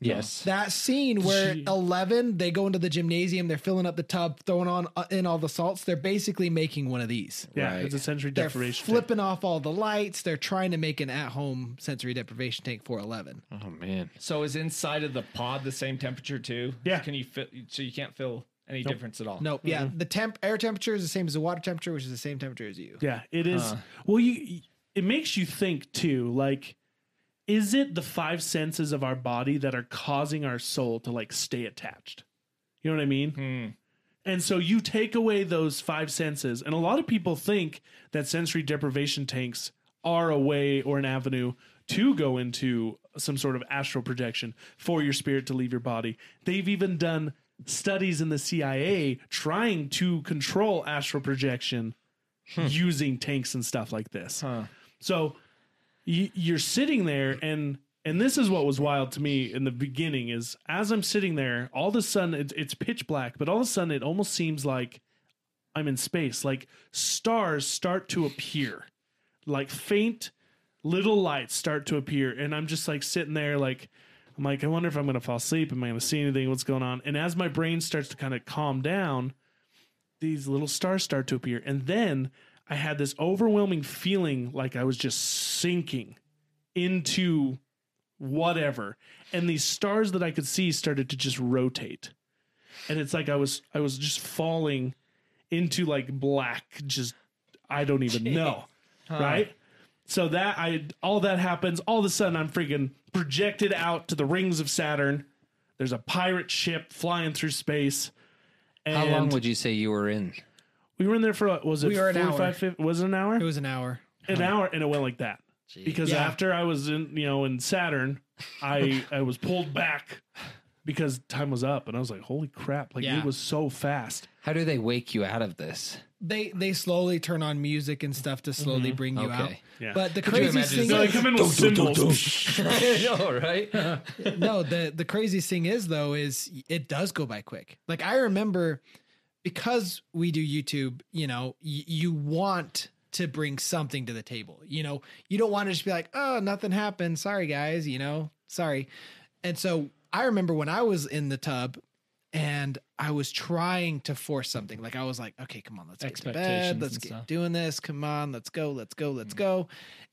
C: yes.
A: That scene where
B: Gee.
A: Eleven they go into the gymnasium, they're filling up the tub, throwing on uh, in all the salts. They're basically making one of these.
B: Yeah.
C: Right.
B: It's a sensory
A: They're
B: deprivation. thing.
A: flipping off all the lights. They're trying to make an at-home sensory deprivation tank for Eleven.
C: Oh man.
E: So is inside of the pod the same temperature too?
B: Yeah.
E: Can you feel? So you can't feel any difference at all.
A: Nope. Yeah. The temp air temperature is the same as the water temperature, which is the same temperature as you.
B: Yeah, it is. Well, you it makes you think too. Like, is it the five senses of our body that are causing our soul to like stay attached? You know what I mean? And so you take away those five senses, and a lot of people think that sensory deprivation tanks are a way or an avenue to go into some sort of astral projection for your spirit to leave your body. They've even done studies in the CIA trying to control astral projection using tanks and stuff like this. So y- you're sitting there and and this is what was wild to me in the beginning is as I'm sitting there, all of a sudden it's, it's pitch black, but all of a sudden it almost seems like I'm in space. Like stars start to appear, like faint little lights start to appear, and I'm just like sitting there, like I'm like I wonder if I'm gonna fall asleep. Am I gonna see anything? What's going on? And as my brain starts to kind of calm down, these little stars start to appear. And then I had this overwhelming feeling like I was just sinking into whatever. And these stars that I could see started to just rotate. And it's like I was I was just falling into like black, just I don't even know. Right? So that I all that happens, all of a sudden I'm freaking projected out to the rings of Saturn. There's a pirate ship flying through space. And
C: How long would you say you were in?
B: we were in there for uh, was it
G: We were an hour.
B: 45 50, was it an hour?
G: It was an hour.
B: an hour and it went like that. Because
G: Yeah.
B: after I was in, you know, in Saturn, I I was pulled back because time was up and I was like, "Holy crap, like
G: Yeah.
B: it was so fast."
C: How do they wake you out of this?
G: They they slowly turn on music and stuff to slowly bring you out.
C: Okay.
B: Yeah.
G: But the
C: Could you
G: craziest
C: imagine
G: thing
C: if
B: So
C: they
B: they
G: is,
B: come in with symbols.
C: I know, right?
G: no,
A: no, the the craziest thing is though is it does go by quick. Like I remember because we do YouTube, you know, y- you want to bring something to the table. You know, you don't want to just be like, "Oh, nothing happened. Sorry guys," you know. Sorry. And so I remember when I was in the tub and I was trying to force something. Like I was like, okay, come on, let's get to bed,
E: Expectations
A: let's
E: and
A: get
E: stuff. Mm.
A: doing this. Come on, let's go, let's go, let's go.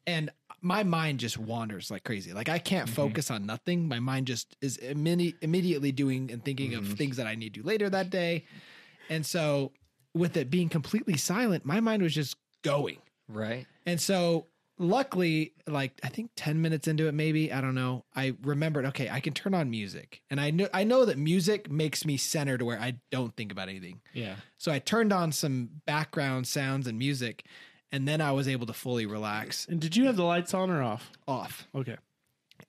A: And my mind just wanders like crazy. Like I
E: Mm-hmm.
A: can't focus on nothing. My mind just is immedi- immediately doing and thinking
E: Mm-hmm.
A: of things that I need to do later that day. And so, with it being completely silent, my mind was just going.
C: Right.
A: And so luckily, like I think 10 minutes into it, maybe, I don't know. I remembered, okay, I can turn on music. And I know I know that music makes me centered where I don't think about anything.
E: Yeah.
A: So I turned on some background sounds and music, and then I was able to fully relax
B: And did you have the lights on or off?
A: off.
B: Okay.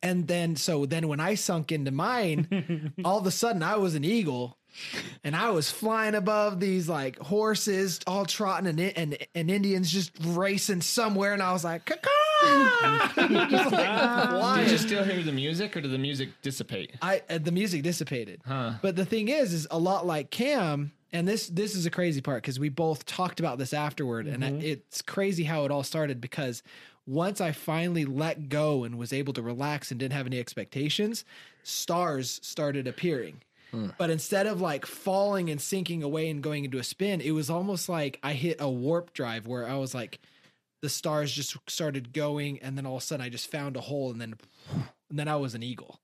A: And then so then when I sunk into mine, all of a sudden I was an eagle and I was flying above these like horses all trotting and and, and Indians just racing somewhere and I was like, "Caw-caw!" just like
D: Did you
A: flying.
D: still hear the music, or did the music dissipate?
A: I uh, the music dissipated. But the thing is is a lot like Cam and this this is a crazy part because we both talked about this afterward and I- it's crazy how it all started because once I finally let go and was able to relax and didn't have any expectations, stars started appearing. But instead of like falling and sinking away and going into a spin, it was almost like I hit a warp drive where I was like, the stars just started going, and then all of a sudden I just found a hole, and then, and then I was an eagle.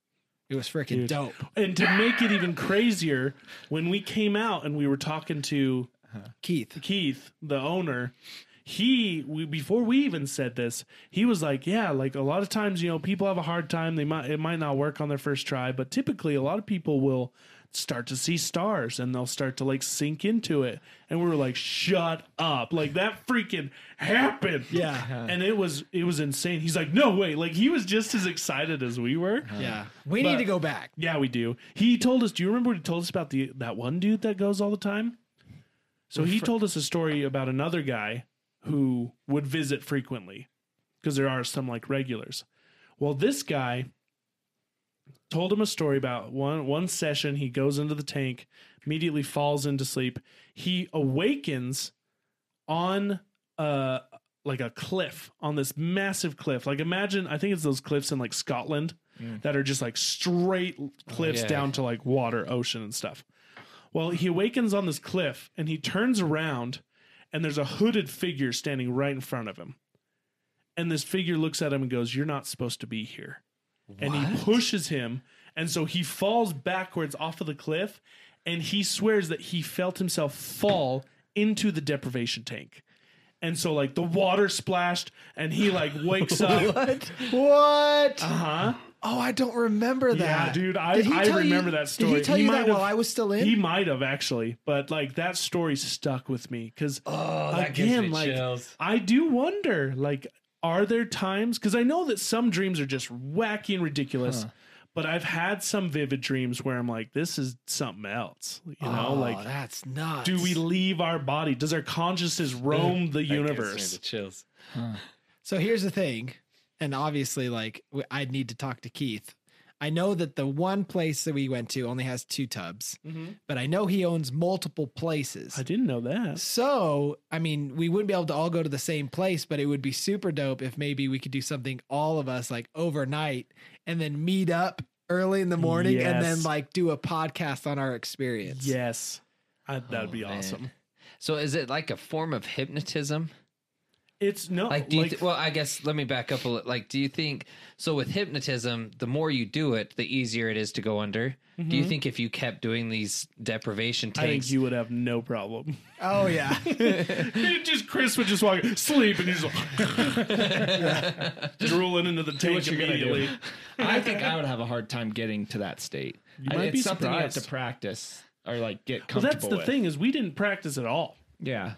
A: It was freaking
B: Dude.
A: dope.
B: And to make it even crazier, when we came out and we were talking to
A: Keith,
B: Keith, the owner, he we, before we even said this, he was like, "Yeah, like a lot of times, you know, people have a hard time. They might it might not work on their first try, but typically, a lot of people will start to see stars and they'll start to like sink into it." And we were like, "Shut up!" Like that freaking happened. Yeah, and it was it was insane. He's like, "No way!" Like he was just as excited as we were.
A: yeah, we need
B: But-
A: to go back.
B: Yeah, we do. He told us. Do you remember what he told us about the that one dude that goes all the time? So he told us a story about another guy who would visit frequently because there are some like regulars. Well, this guy told him a story about one one session he goes into the tank, immediately falls into sleep. He awakens on uh like a cliff on this massive cliff. Like imagine, I think it's those cliffs in like Scotland that are just like straight cliffs
C: yeah.
B: down to like water, ocean, and stuff. Well, he awakens on this cliff and he turns around and there's a hooded figure standing right in front of him. And this figure looks at him and goes, You're not supposed to be here. And he pushes him. And so he falls backwards off of the cliff and he swears that he felt himself fall into the deprivation tank. And so, like, the water splashed and he, like, wakes up.
A: What?
B: Uh huh.
A: oh, I don't remember that.
B: Yeah, dude, I,
A: Did he
B: I
A: tell you-
B: remember that story.
A: Did he tell you
B: might
A: that
B: have-
A: while I was still in?
B: He might have actually, but like that story stuck with me because
C: Oh,
D: that gives me chills.
B: I do wonder, like, are there times? Because I know that some dreams are just wacky and ridiculous, but I've had some vivid dreams where I'm like, this is something else. You know,
A: oh,
B: like,
A: that's nuts.
B: do we leave our body? Does our consciousness roam the universe?
D: chills.
A: So here's the thing, and obviously, like w- I'd need to talk to Keith. I know that the one place that we went to only has two tubs, but I know he owns multiple places.
B: I didn't know that.
A: So, I mean, we wouldn't be able to all go to the same place, but it would be super dope if maybe we could do something all of us like overnight and then meet up early in the morning and then
B: Yes.
A: like do a podcast on our experience.
B: Yes. I, that'd
C: Oh,
B: be
C: man.
B: awesome.
C: So is it like a form of hypnotism?
B: It's no
C: Like, do you thi- well, I guess let me back up a little. Like, do you think so? With hypnotism, the more you do it, the easier it is to go under. Do you think if you kept doing these deprivation
B: I think
C: tanks,
B: you would have no problem.
A: Oh yeah.
B: It just Chris would just walk in, sleep and he's like drooling into the tank immediately.
E: I think
D: I would have a hard time getting to that state.
B: You
D: I-
B: might
D: it's
B: be
D: something you have to
B: surprised.
D: practice or like get
B: Well, that's
D: comfortable
B: the
D: with.
B: thing is we didn't practice at all,
D: Yeah.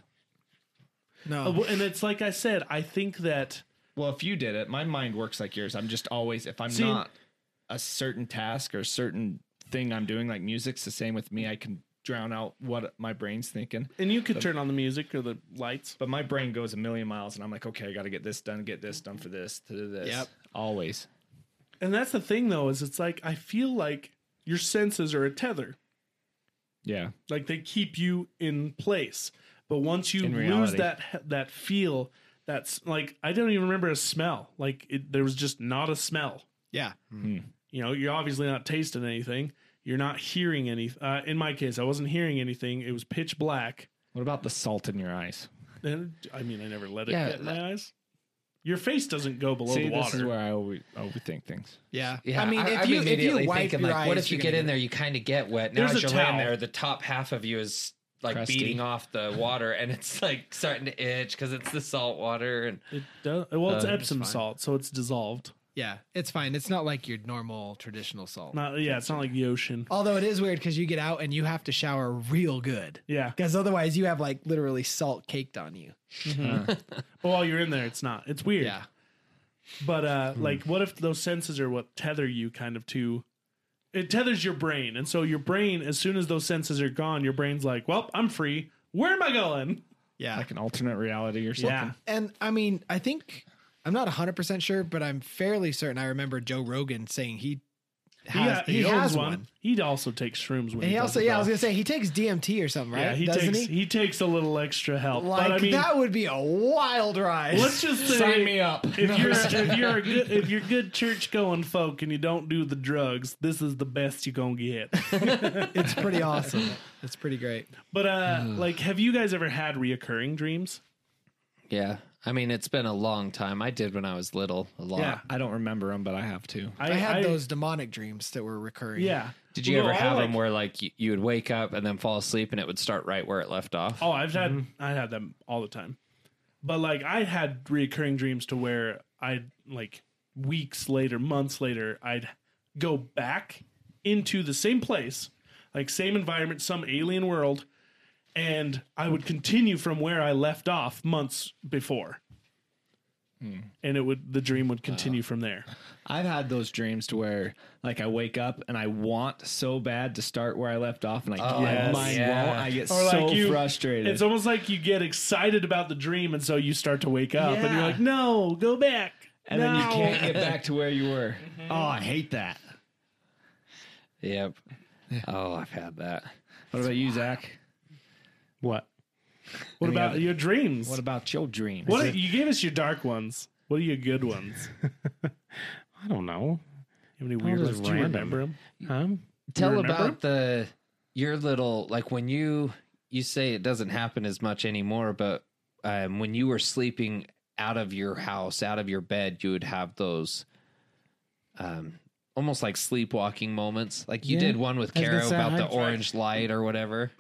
B: Uh, well, and it's like I said, I think that
D: Well, if you did it, my mind works like yours. I'm just always if I'm
B: See-
D: not a certain task or certain thing I'm doing, like music's the same with me. I can drown out what my brain's thinking.
B: and you could turn on the music or the lights.
D: But my brain goes a million miles, and I'm like, okay, I got to get this done, get this done for this, to do this.
A: Yep.
D: Always.
B: And that's the thing though is it's like I feel like your senses are a tether.
D: Yeah.
B: Like they keep you in place. But once you
D: In
B: lose
D: reality.
B: that that feel, that's like I don't even remember a smell. Like it, there was just not a smell.
A: yeah.
B: You know, you're obviously not tasting anything. You're not hearing any. Uh, in my case, I wasn't hearing anything. It was pitch black.
E: What about the salt in your eyes?
B: And I mean, I never let it
C: Yeah,
B: get in my eyes. Your face doesn't go below
E: See,
B: the
E: this
B: water.
E: is where I over- overthink things.
A: Yeah.
C: Yeah,
A: I mean, if
C: I'm
A: you if you
C: immediately
A: wipe
C: thinking,
A: your
C: like, what
A: eyes,
C: if you
A: you're
C: get
A: gonna
C: in there? You kind of get wet. Now
B: There's
C: as
B: a
C: you're laying
B: towel.
C: there, the top half of you is like
E: Crusty.
C: beating off the water, and it's like starting to itch because it's the salt water. And
B: It does. Well, it's
C: Uh, it's
B: Epsom
C: fine.
B: salt, so it's dissolved.
A: Yeah, it's fine. It's not like your normal traditional salt.
B: Not yeah, it's not like the ocean.
A: Although it is weird because you get out and you have to shower real good.
B: Yeah.
A: Because otherwise, you have like literally salt caked on you.
B: But while you're in there, it's not. It's weird.
A: Yeah.
B: But uh,
A: Hmm.
B: like, what if those senses are what tether you kind of to? It tethers your brain, and so your brain, as soon as those senses are gone, your brain's like, "Well, I'm free. Where am I going?"
A: Yeah.
E: Like an alternate reality or something.
B: Yeah,
A: And I mean, I think I'm not 100% sure, but I'm fairly certain I remember Joe Rogan saying he
B: he,
A: has,
B: he,
A: he
B: owns
A: has
B: one.
A: one.
B: He also takes shrooms when
A: And
B: he,
A: he also,
B: does it,
A: yeah, I was
B: though.
A: going to say he takes DMT or something, right?
B: yeah, he
A: Doesn't
B: takes
A: he?
B: he? takes a little extra help.
A: Like,
B: but I mean,
A: that would be a wild ride.
B: let's just say,
E: Sign me up.
B: If you're if you're a good if you're good church going folk and you don't do the drugs, this is the best you're gonna get.
A: it's pretty awesome. It's pretty great.
B: But uh like have you guys ever had reoccurring dreams?
C: yeah, I mean, it's been a long time. I did when I was little. A lot.
B: Yeah.
E: I don't remember them, but I have to.
A: I, had those demonic dreams that were recurring.
B: Yeah.
C: Did you
B: Well,
C: ever
B: I
C: have
B: like-
C: them where like you, you would wake up and then fall asleep and it would start right where it left off?
B: Oh, I've had I had them all the time. But like I had reoccurring dreams to where I like weeks later, months later, I'd go back into the same place, like same environment, some alien world, and I would continue from where I left off months before. And it would the dream would continue from there.
E: I've had those dreams to where like I wake up and I want so bad to start where I left off and I my
B: yes.
E: mind
C: Yeah.
E: won't. I get
B: Or
E: so
B: like you-
E: frustrated.
B: It's almost like you get excited about the dream and so you start to wake up and you're
E: Yeah.
B: like, "No, go back."
E: and then you
B: No."
E: can't get back to where you were. Oh, I hate that.
C: Yep. Oh, I've had that.
E: What about you, Zach?
F: What?
B: What about your dreams?
E: What about your dreams?
B: What you gave us your dark ones? What are your good ones?
F: I don't know.
B: You have any weird ones?
F: just
B: Do you
F: random.
B: remember them?
F: Um,
C: Tell
B: remember?
C: about the your little like when you you say it doesn't happen as much anymore, but um, when you were sleeping out of your house, out of your bed, you would have those um almost like sleepwalking moments. Like you
F: Yeah,
C: did one with
F: I was gonna
C: Caro
F: say,
C: about
F: I-
C: the orange light or whatever.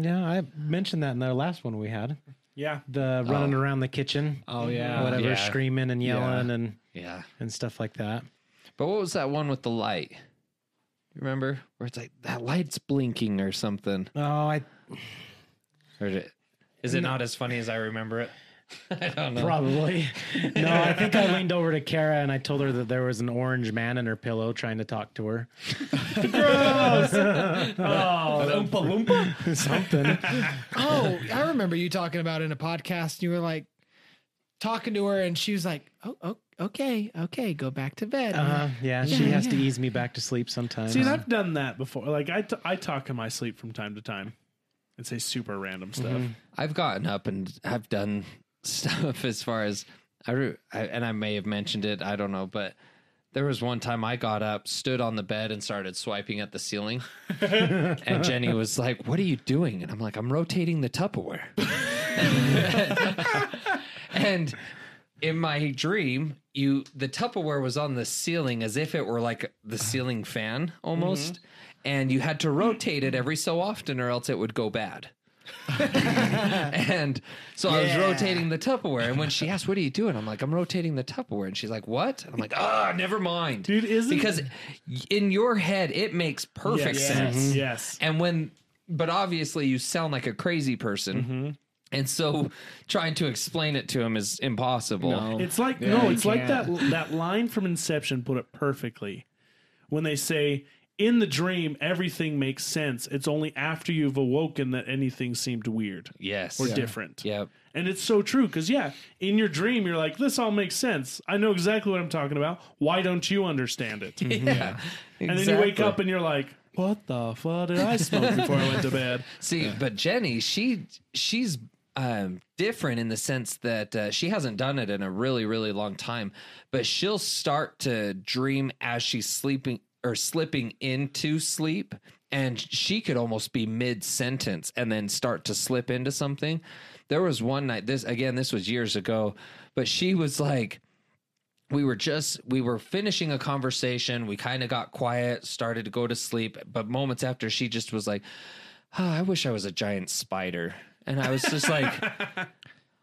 F: yeah, I mentioned that in the last one we had.
B: Yeah.
A: Oh.
F: The running around the kitchen,
E: Oh yeah.
F: whatever,
C: yeah.
F: screaming and yelling and
C: Yeah.
F: and stuff like that.
C: But what was that one with the light? You remember where it's like that light's blinking or something?
F: Oh, I
C: Or did, is it not as funny as I remember it? I don't know.
F: Probably. No, I think I leaned over to Kara and I told her that there was an orange man in her pillow trying to talk to her. Gross. oh, Something.
A: Oh, I remember you talking about it in a podcast. And you were like talking to her, and she was like, "Oh, oh okay, okay, go back to bed."
F: Uh, yeah, she has to ease me back to sleep sometimes.
B: See, and I've done that before. Like I, t- I talk in my sleep from time to time, and say super random stuff.
C: I've gotten up and I've done stuff as far as I, re- I and I may have mentioned it, I don't know, but there was one time I got up, stood on the bed and started swiping at the ceiling. and Jenny was like, "What are you doing?" And I'm like, "I'm rotating the Tupperware." and in my dream, you the Tupperware was on the ceiling as if it were like the ceiling fan almost,
B: Mm-hmm.
C: and you had to rotate it every so often or else it would go bad. and so I was rotating the Tupperware, and when she asked, "What are you doing?" I'm like, "I'm rotating the Tupperware," and she's like, "What?" I'm like, "Ah, never mind,
B: Dude, isn't-
C: because in your head it makes perfect sense."
B: Yes. Mm-hmm.
C: And when, but obviously you sound like a crazy person. And so trying to explain it to him is impossible.
B: It's like no, it's like that that line from Inception put it perfectly. When they say in the dream everything makes sense, it's only after you've awoken that anything seemed weird
C: Yes.
B: or different.
C: Yep.
B: And it's so true because, yeah, in your dream, you're like, this all makes sense. I know exactly what I'm talking about. Why don't you understand it?
C: Yeah.
B: And then you wake up and you're like, what the fuck did I smoke before I went to bed?
C: See, but Jenny, she she's um, different in the sense that uh, she hasn't done it in a really really long time, but she'll start to dream as she's sleeping or slipping into sleep and she could almost be mid sentence and then start to slip into something. There was one night this again this was years ago, but she was like we were just we were finishing a conversation, we kind of got quiet, started to go to sleep, but moments after she just was like, "Ah, "I wish I was a giant spider." And I was just like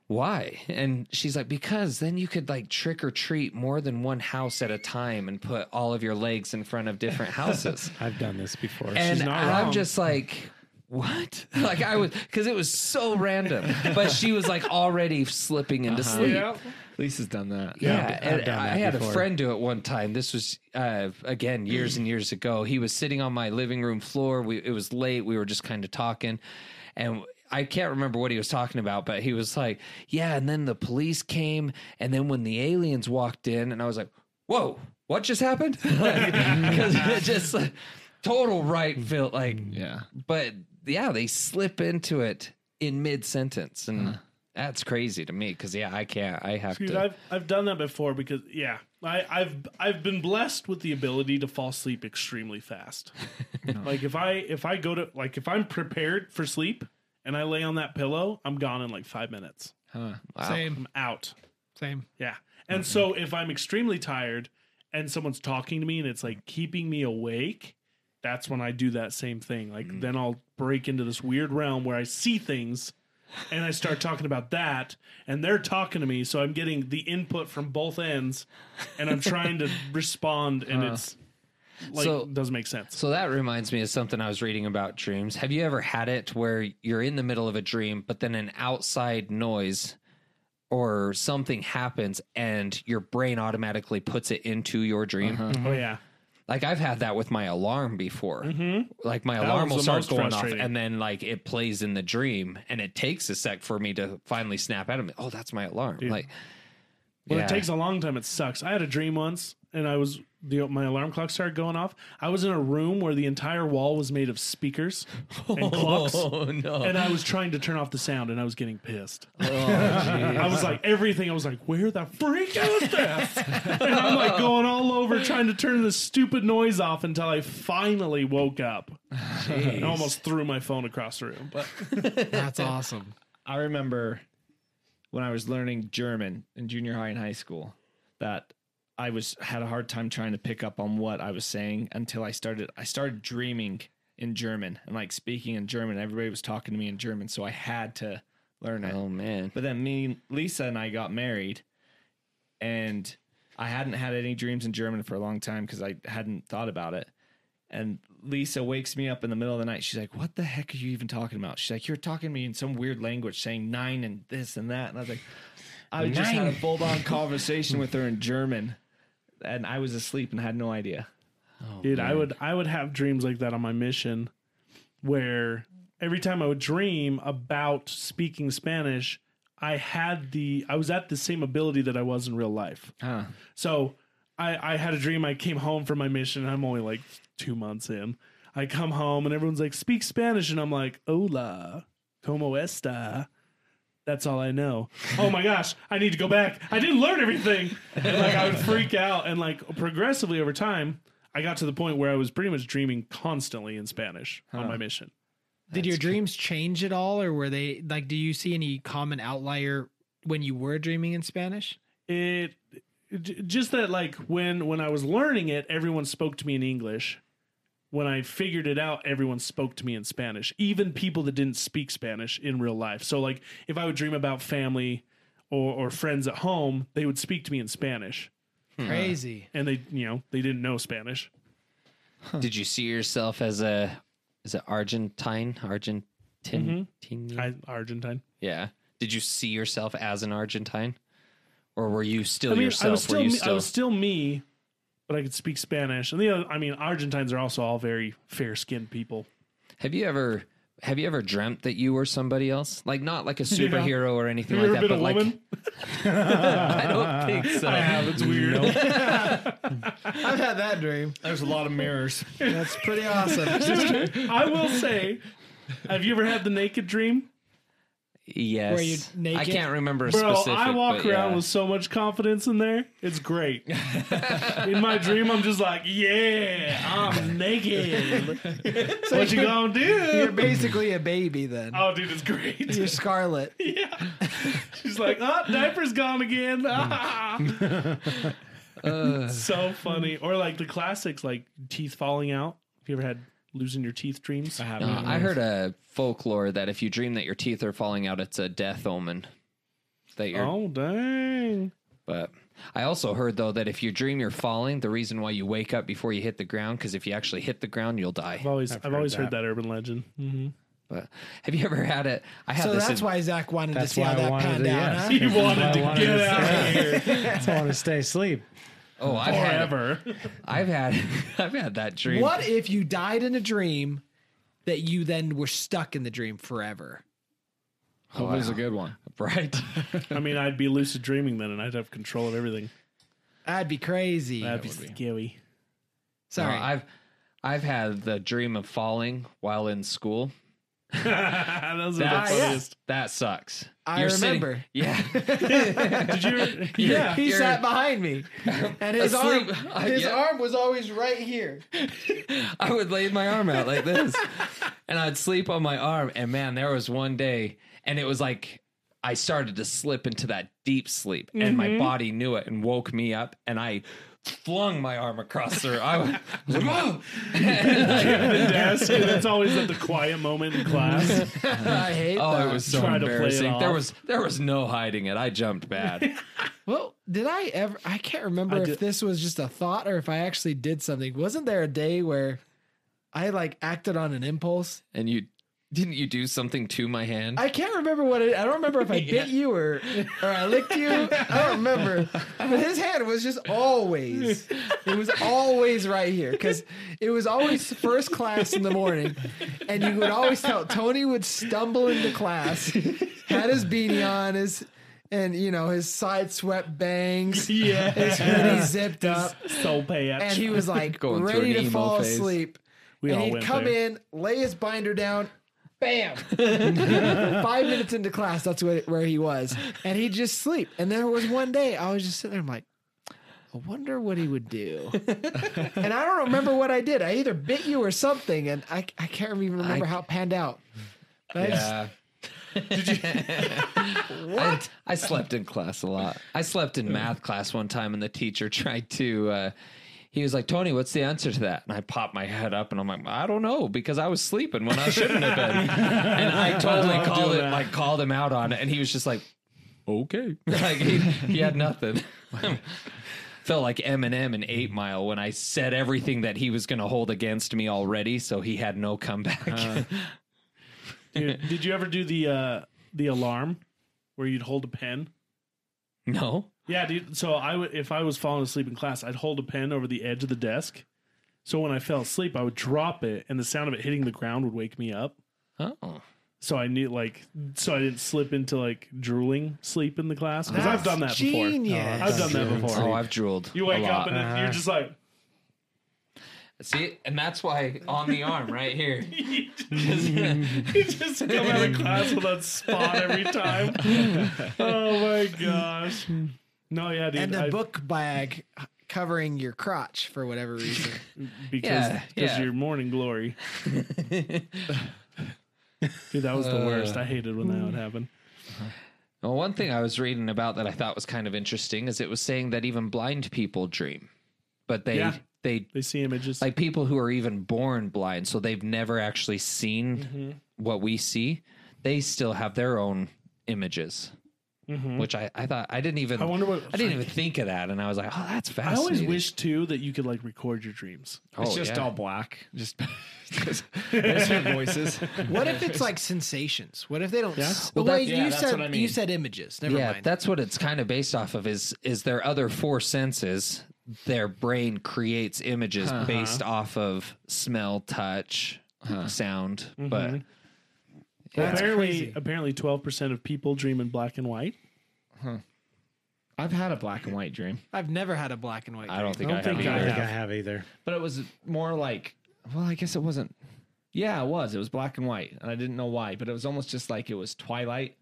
C: why? And she's like, because then you could like trick or treat more than one house at a time and put all of your legs in front of different houses.
F: I've done this before.
C: and
B: not
C: I'm
B: wrong.
C: just like, what? Like I was, because it was so random, but she was like already slipping into
B: Uh-huh.
C: sleep. Yeah.
D: Lisa's done that.
C: and
F: done
C: I
F: that
C: had
F: before.
C: a friend do it one time. This was uh, again years and years ago. He was sitting on my living room floor. We it was late. We were just kind of talking, and I can't remember what he was talking about, but he was like, "Yeah." And then the police came, and then when the aliens walked in, and I was like, "Whoa, what just happened?" Because it just like, total right felt like
F: Mm,
D: Yeah.
C: but yeah, they slip into it in mid sentence,
F: Uh-huh.
C: and that's crazy to me because yeah, I can't. I have
B: Dude,
C: to.
B: I've I've done that before because yeah, I, I've I've been blessed with the ability to fall asleep extremely fast. Like if I if I go to like if I'm prepared for sleep and I lay on that pillow, I'm gone in like five minutes.
G: Same,
B: I'm out.
G: same.
B: Yeah.
C: Mm-hmm.
B: And so if I'm extremely tired and someone's talking to me and it's like keeping me awake, that's when I do that same thing. Like
C: Mm.
B: then I'll break into this weird realm where I see things and I start talking about that and they're talking to me so I'm getting the input from both ends and I'm trying to respond and it's like
C: So-
B: doesn't make sense.
C: so that reminds me of something I was reading about dreams. Have you ever had it where you're in the middle of a dream, but then an outside noise or something happens, and your brain automatically puts it into your dream?
B: oh yeah.
C: Like I've had that with my alarm before. Like my
B: Mm-hmm. That
C: alarm
B: was
C: will
B: the
C: start
B: most
C: going off,
B: frustrating.
C: and then like it plays in the dream, and it takes a sec for me to finally snap out of it. Oh, that's my alarm! Like
B: When
C: Yeah.
B: it takes a long time, it sucks. I had a dream once, and I was the my alarm clock started going off. I was in a room where the entire wall was made of speakers and clocks,
C: Oh, no! Oh,
B: and I was trying to turn off the sound, and I was getting pissed. I was like everything. I was like, "Where the freak is this?" and I'm like going all over trying to turn this stupid noise off until I finally woke up. I almost threw my phone across the room, but
G: That's awesome.
E: I remember when I was learning German in junior high and high school that I was had a hard time trying to pick up on what I was saying until I started I started dreaming in German and like speaking in German. Everybody was talking to me in German, so I had to learn it.
C: oh man!
E: But then me, Lisa, and I got married, and I hadn't had any dreams in German for a long time because I hadn't thought about it. And Lisa wakes me up in the middle of the night. She's like, "What the heck are you even talking about?" She's like, "You're talking to me in some weird language, saying nine and this and that." And I was like, "I just had a full on conversation with her in German, and I was asleep and had no idea."
B: Dude, I would I would have dreams like that on my mission where every time I would dream about speaking Spanish, I had the I was at the same ability that I was in real life. So I, I had a dream I came home from my mission. I'm only like two months in. I come home and everyone's like, speak Spanish, and I'm like, hola, como esta? That's all I know. Oh my gosh, I need to go back. I didn't learn everything. And like I would freak out and like progressively over time, I got to the point where I was pretty much dreaming constantly in Spanish on my mission.
G: Did your dreams change at all, or were they like? Do you see any common outlier when you were dreaming in Spanish?
B: It j- just that like when when I was learning it, everyone spoke to me in English. When I figured it out, everyone spoke to me in Spanish, even people that didn't speak Spanish in real life. So like if I would dream about family or, or friends at home, they would speak to me in Spanish.
A: Hmm.
G: Crazy.
B: And they, you know, they didn't know Spanish.
C: Did you see yourself as a is it Argentine Argentine?
B: I, Argentine.
C: yeah. Did you see yourself as an Argentine, or were you still
B: I mean,
C: yourself?
B: I was still,
C: were you
B: me, I
C: still?
B: was still me, but I could speak Spanish. And the other, I mean, Argentines are also all very fair-skinned people.
C: have you ever? Have you ever dreamt that you were somebody else? Like not like a superhero or anything
B: Have
C: like
B: you ever
C: that,
B: been
C: but like
B: a woman?
C: I don't think so.
B: It's weird.
G: I've had that dream.
E: There's a lot of mirrors.
G: That's pretty awesome.
B: I will say, have you ever had the naked dream?
C: Yes.
A: Where you're naked?
C: I can't remember a
B: Bro,
C: specific.
B: I walk
C: but
B: around
C: yeah.
B: with so much confidence in there. It's great. in my dream, I'm just like, yeah, I'm naked. what you gonna
A: You're
B: do?
A: basically a baby then.
B: Oh, dude, it's great.
A: You're Scarlet.
B: yeah. She's like, oh, diaper's gone again. Ah. so funny. Or like the classics, like teeth falling out. Have you ever had losing your teeth dreams? I
C: No, I heard a folklore that if you dream that your teeth are falling out, it's a death omen. That you're,
B: Oh, dang.
C: but I also heard though that if you dream you're falling, the reason why you wake up before you hit the ground, because if you actually hit the ground, you'll die.
B: I've always, I've, always heard that urban legend. Mm-hmm.
C: But have you ever had it? I had
A: So
C: this.
A: that's
C: in-
A: why Zach wanted to
F: That's
A: see
F: why
A: how
F: I
A: that
F: wanted
A: panned
F: to-
A: out, huh?
F: yes.
B: You wanted to
F: I wanted
B: get
F: to
B: out of here
F: That's why I want to stay asleep.
C: Oh, I've had,
B: forever.
C: I've had, I've had that dream.
A: What if you died in a dream that you then were stuck in the dream forever?
E: Hope it was a good one.
C: Oh, Right?
B: I mean, I'd be lucid dreaming then, and I'd have control of everything.
A: That'd be crazy.
B: That'd be scary.
C: No,
A: Sorry.
C: I've, I've had the dream of falling while in school.
B: Those are
C: That's-
B: the funniest.
C: That sucks.
A: I
C: sitting-
A: remember.
C: yeah.
B: Did you?
C: Yeah.
A: he
C: you're-
A: sat behind me, and his
C: Asleep.
A: arm, his
C: Yeah.
A: arm was always right here.
C: I would lay my arm out like this and I'd sleep on my arm. And man, there was one day, and it was like I started to slip into that deep sleep, and my
B: Mm-hmm.
C: body knew it and woke me up. And I flung my arm across her. I was like, whoa!
B: the desk. and It's always at the quiet moment in class.
A: I hate
C: Oh,
A: that.
C: it was so
B: Try to play it
C: embarrassing. There
B: off.
C: was there was no hiding it. I jumped bad.
A: well, did I ever? I can't remember
B: I
A: if
B: did-
A: this was just a thought or if I actually did something. Wasn't there a day where I like acted on an impulse?
C: and you didn't you do something to my hand?
A: I can't remember what it. I don't remember if I bit you or or I licked you. I don't remember. But his hand was just always. It was always right here because it was always first class in the morning, and you would always tell Tony would stumble into class, had his beanie on his. And you know his side swept bangs,
B: Yeah.
A: his hoodie zipped up,
B: so bad.
A: and he was like
C: Going through
A: ready
C: an
A: to
C: emo
A: fall
C: phase.
A: asleep.
B: We
A: and
B: all
A: he'd
B: went
A: come
B: there.
A: in, lay his binder down, bam. Five minutes into class, that's where, where he was, and he'd just sleep. And there was one day I was just sitting there, I'm like, I wonder what he would do. and I don't remember what I did. I either bit you or something, and I I can't even remember how it panned out. But I just-
C: Yeah. what? I, I slept in class a lot. I slept in math class one time, and the teacher tried to. Uh, he was like, Tony, what's the answer to that? And I popped my head up and I'm like, I don't know, because I was sleeping when I shouldn't have been. and I totally called it, like called him out on it. And he was just like, okay. like he, he had nothing. Felt like Eminem in Eight Mile when I said everything that he was going to hold against me already. So he had no comeback.
B: Dude, did you ever do the uh, the alarm where you'd hold a pen?
C: no.
B: Yeah, dude. So I would if I was falling asleep in class, I'd hold a pen over the edge of the desk. So when I fell asleep, I would drop it, and the sound of it hitting the ground would wake me up.
C: Oh.
B: So I knew, like, so I didn't slip into like drooling sleep in the class because I've done that
F: Oh,
B: before.
A: genius.
B: I've done that before.
C: Oh, I've drooled.
B: you
C: a
B: wake up
C: lot. Uh-huh.
B: and it- you're just like,
C: See, and that's why on the arm right here.
B: you just come out of class with that spot every time. Oh my gosh! No, yeah, dude.
A: and a
B: I-
A: book bag covering your crotch for whatever reason.
B: because
C: Yeah,
B: because
C: yeah.
B: your morning glory. Dude, that was the worst. I hated when that would happen.
C: Well, one thing I was reading about that I thought was kind of interesting is it was saying that even blind people dream, but they
B: Yeah.
C: they
B: They see images.
C: like people who are even born blind, so they've never actually seen
B: Mm-hmm.
C: what we see. They still have their own images, which I I thought I didn't even
B: Mm-hmm. I wonder what-
C: I didn't even think of that, and I was like, oh, that's
B: I
C: fascinating.
B: always wish too that you could like record your dreams.
C: oh,
E: It's just
C: yeah.
E: all black. Just, just, just your voices.
A: What if it's like sensations? What if they don't? s- Well,
C: Well,
A: wait,
E: that- yeah,
A: you
E: that's
A: said
E: what I mean.
A: you said images. Never
C: yeah,
A: mind.
C: that's what it's kind of based off of is is their other four senses. Their brain creates images
B: Uh-huh.
C: based off of smell, touch, sound,
B: Mm-hmm.
C: but
B: apparently, apparently, twelve percent of people dream in black and white.
E: I've had a black and white dream,
A: I've never had a black and white.
C: I don't think I,
B: think
C: have
F: I
C: either.
F: don't think I have either.
E: but it was more like, well, I guess it wasn't. Yeah, it was. It was black and white, and I didn't know why, but it was almost just like it was twilight,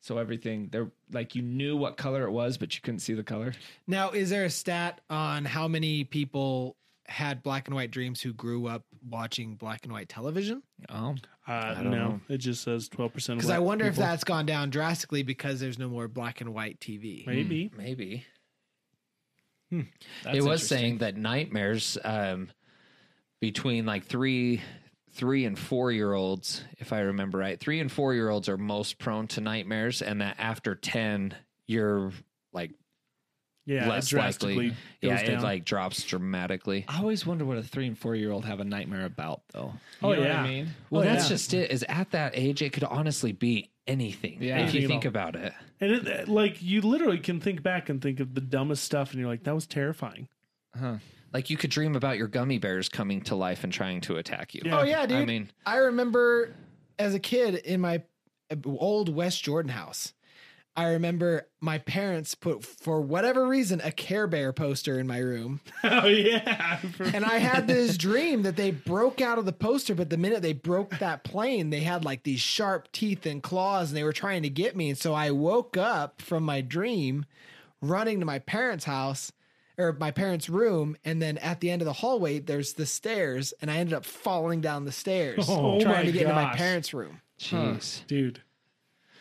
E: So everything there, like you knew what color it was, but you couldn't see the color.
A: Now, is there a stat on how many people had black and white dreams who grew up watching black and white television?
E: Oh,
B: Uh, no, it just says twelve percent.
A: Because I wonder if that's gone down drastically because there's no more black and white TV.
B: maybe
C: Maybe. Hmm. it was saying that nightmares um, between like three three and four year olds, if I remember right, three and four year olds are most prone to nightmares, and that after ten, you're like
B: yeah,
C: less
B: it drastically
C: likely.
B: goes
C: Yeah, it
B: down.
C: like drops dramatically.
E: I always wonder what a three and four year old have a nightmare about, though.
B: Oh,
E: You know
B: yeah.
E: what I mean,
C: Well,
B: Oh,
C: that's
B: yeah.
C: just it. Is at that age, it could honestly be anything
E: Yeah.
C: if
B: Anything
C: you
B: at
C: think
B: all.
C: about it.
B: and it, uh, like you literally can think back and think of the dumbest stuff, and you're like, that was terrifying.
C: Like you could dream about your gummy bears coming to life and trying to attack you.
B: Yeah.
A: Oh yeah, dude.
C: I mean,
A: I remember as a kid in my uh, old West Jordan house. I remember my parents put, for whatever reason, a Care Bear poster in my room.
B: oh yeah,
A: And I had this dream that they broke out of the poster, but the minute they broke that plane, they had like these sharp teeth and claws and they were trying to get me. And so I woke up from my dream running to my parents' house or my parents' room. And then at the end of the hallway, there's the stairs. And I ended up falling down the stairs
B: Oh,
A: trying
B: my
A: to get into my
B: gosh.
A: parents' room.
C: jeez.
B: dude.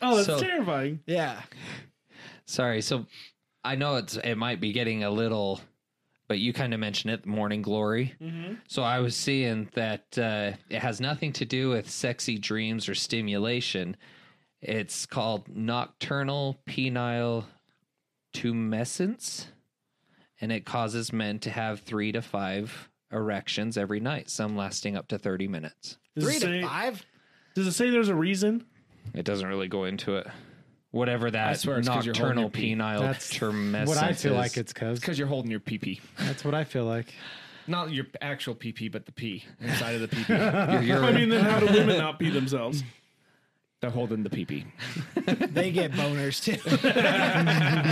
B: Oh, that's
C: So-
B: terrifying.
A: Yeah.
C: Sorry. So I know it's it might be getting a little, but you kind of mentioned it, morning glory.
E: Mm-hmm.
C: So I was seeing that uh, it has nothing to do with sexy dreams or stimulation. It's called nocturnal penile tumescence, and it causes men to have three to five erections every night, some lasting up to thirty minutes.
B: Does
A: Three
B: it
A: to
B: say,
A: five?
B: Does it say there's a reason?
C: It doesn't really go into it. Whatever that
E: swear it's 'cause you're holding
C: nocturnal
E: your pee.
C: penile
F: That's
C: tumescence
F: what I feel
C: is.
F: like it's cuz.
E: because you're holding your pee pee,
F: That's what I feel like.
E: not your actual pee pee, but the pee inside of the pee pee.
C: Your
B: I
C: urine.
B: mean, then how do women not pee themselves?
E: They're holding the pee pee.
A: They get boners too.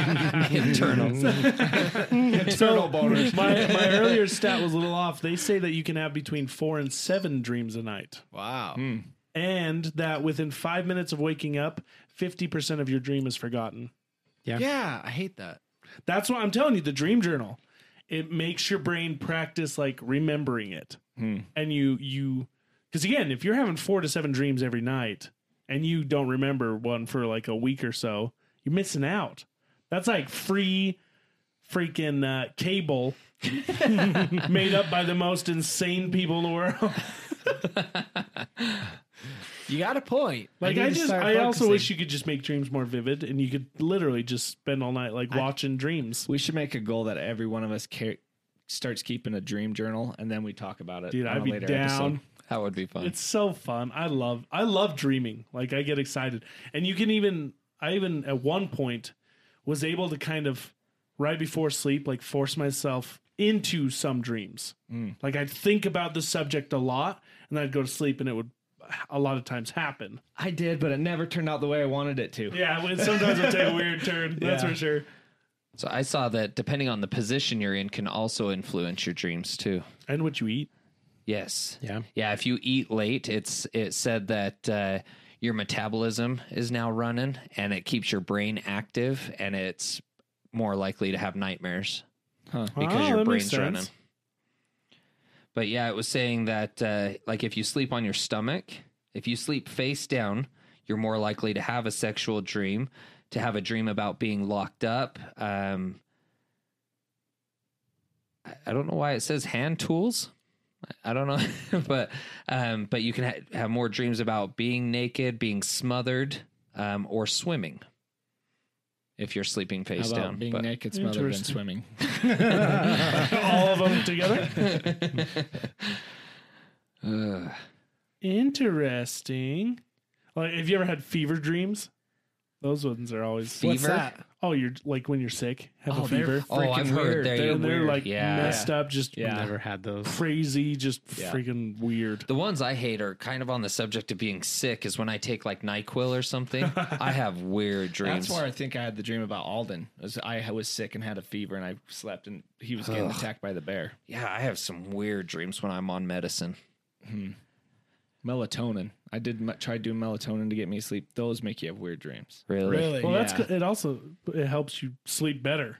C: internal.
B: Turtle boners. My, my earlier stat was a little off. They say that you can have between four and seven dreams a night.
A: wow.
E: Hmm.
B: And that within five minutes of waking up, 50% of your dream is forgotten.
A: Yeah. I hate that.
B: That's why I'm telling you the dream journal. It makes your brain practice like remembering it. And you, you, because again, if you're having four to seven dreams every night and you don't remember one for like a week or so, you're missing out. That's like free freaking uh, cable made up by the most insane people in the world.
A: You got a point.
B: Like
A: need
B: I
A: to
B: just,
A: start
B: I also
A: focusing.
B: wish you could just make dreams more vivid, and you could literally just spend all night like watching dreams.
E: We should make a goal that every one of us car- starts keeping a dream journal, and then we talk about it.
B: Dude,
E: on
B: I'd
E: a
B: be
E: later
B: down.
E: episode.
C: That would be fun.
B: It's so fun. I love, I love dreaming. Like I get excited, and you can even, I even at one point was able to kind of right before sleep, like force myself into some dreams.
E: Hmm.
B: Like I'd think about the subject a lot, and then I'd go to sleep, and it would a lot of times happen.
E: I did, but it never turned out the way I wanted it to.
B: Yeah, it- sometimes it'll take a weird turn. That's for sure.
C: so I saw that depending on the position you're in can also influence your dreams too.
B: And what you eat.
C: Yes.
F: Yeah.
C: Yeah. If you eat late, it's it said that uh, your metabolism is now running and it keeps your brain active and it's more likely to have nightmares because
B: Oh,
C: your
B: that makes
C: brain's
B: sense.
C: running. But yeah, it was saying that uh, like if you sleep on your stomach, if you sleep face down, you're more likely to have a sexual dream, to have a dream about being locked up. Um, I- I don't know why it says hand tools. I- I don't know, but um, but you can ha- have more dreams about being naked, being smothered, um, or swimming. If you're sleeping
E: How
C: face
E: about
C: down,
E: being
C: but-
E: naked, smothered, and
B: Interesting.
E: swimming?
B: all of them together.
C: Ugh.
B: Interesting. Like, have you ever had fever dreams? Those ones are always
A: What's that?
B: Oh, you're like when you're sick, have a fever.
C: Oh, I've heard they're,
B: and they're
C: weird.
B: like
C: yeah.
B: messed up, just
F: Never had those.
B: crazy, just freaking weird.
C: The ones I hate are kind of on the subject of being sick. Is when I take like Nyquil or something, I have weird dreams.
E: That's where I think I had the dream about Alden. Was I was sick and had a fever, and I slept, and he was getting attacked by the bear.
C: yeah, I have some weird dreams when I'm on medicine.
E: Melatonin. I did m- try doing melatonin to get me to sleep. Those make you have weird dreams.
C: Really?
G: Really?
B: Well, that's good. It also it helps you sleep better.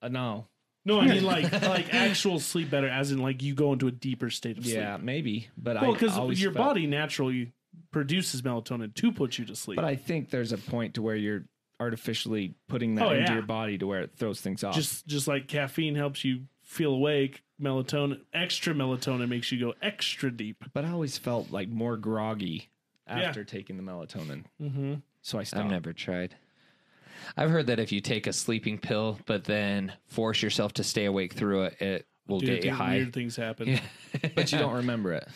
E: Uh, no.
B: No, I mean like like actual sleep better, as in like you go into a deeper state of
E: Yeah,
B: sleep.
E: maybe. But
B: Well,
E: I
B: because
E: always
B: your
E: felt-
B: body naturally produces melatonin to put you to sleep.
E: But I think there's a point to where you're artificially putting that
B: Oh,
E: into
B: yeah.
E: your body to where it throws things off.
B: just just like caffeine helps you feel awake, melatonin extra melatonin makes you go extra deep.
E: but I always felt like more groggy
B: Yeah.
E: after taking the melatonin.
B: Mm-hmm.
E: So I stopped.
C: I've never tried. I've heard that if you take a sleeping pill but then force yourself to stay awake through it, it will get you high.
B: Weird things happen.
E: but you don't remember it.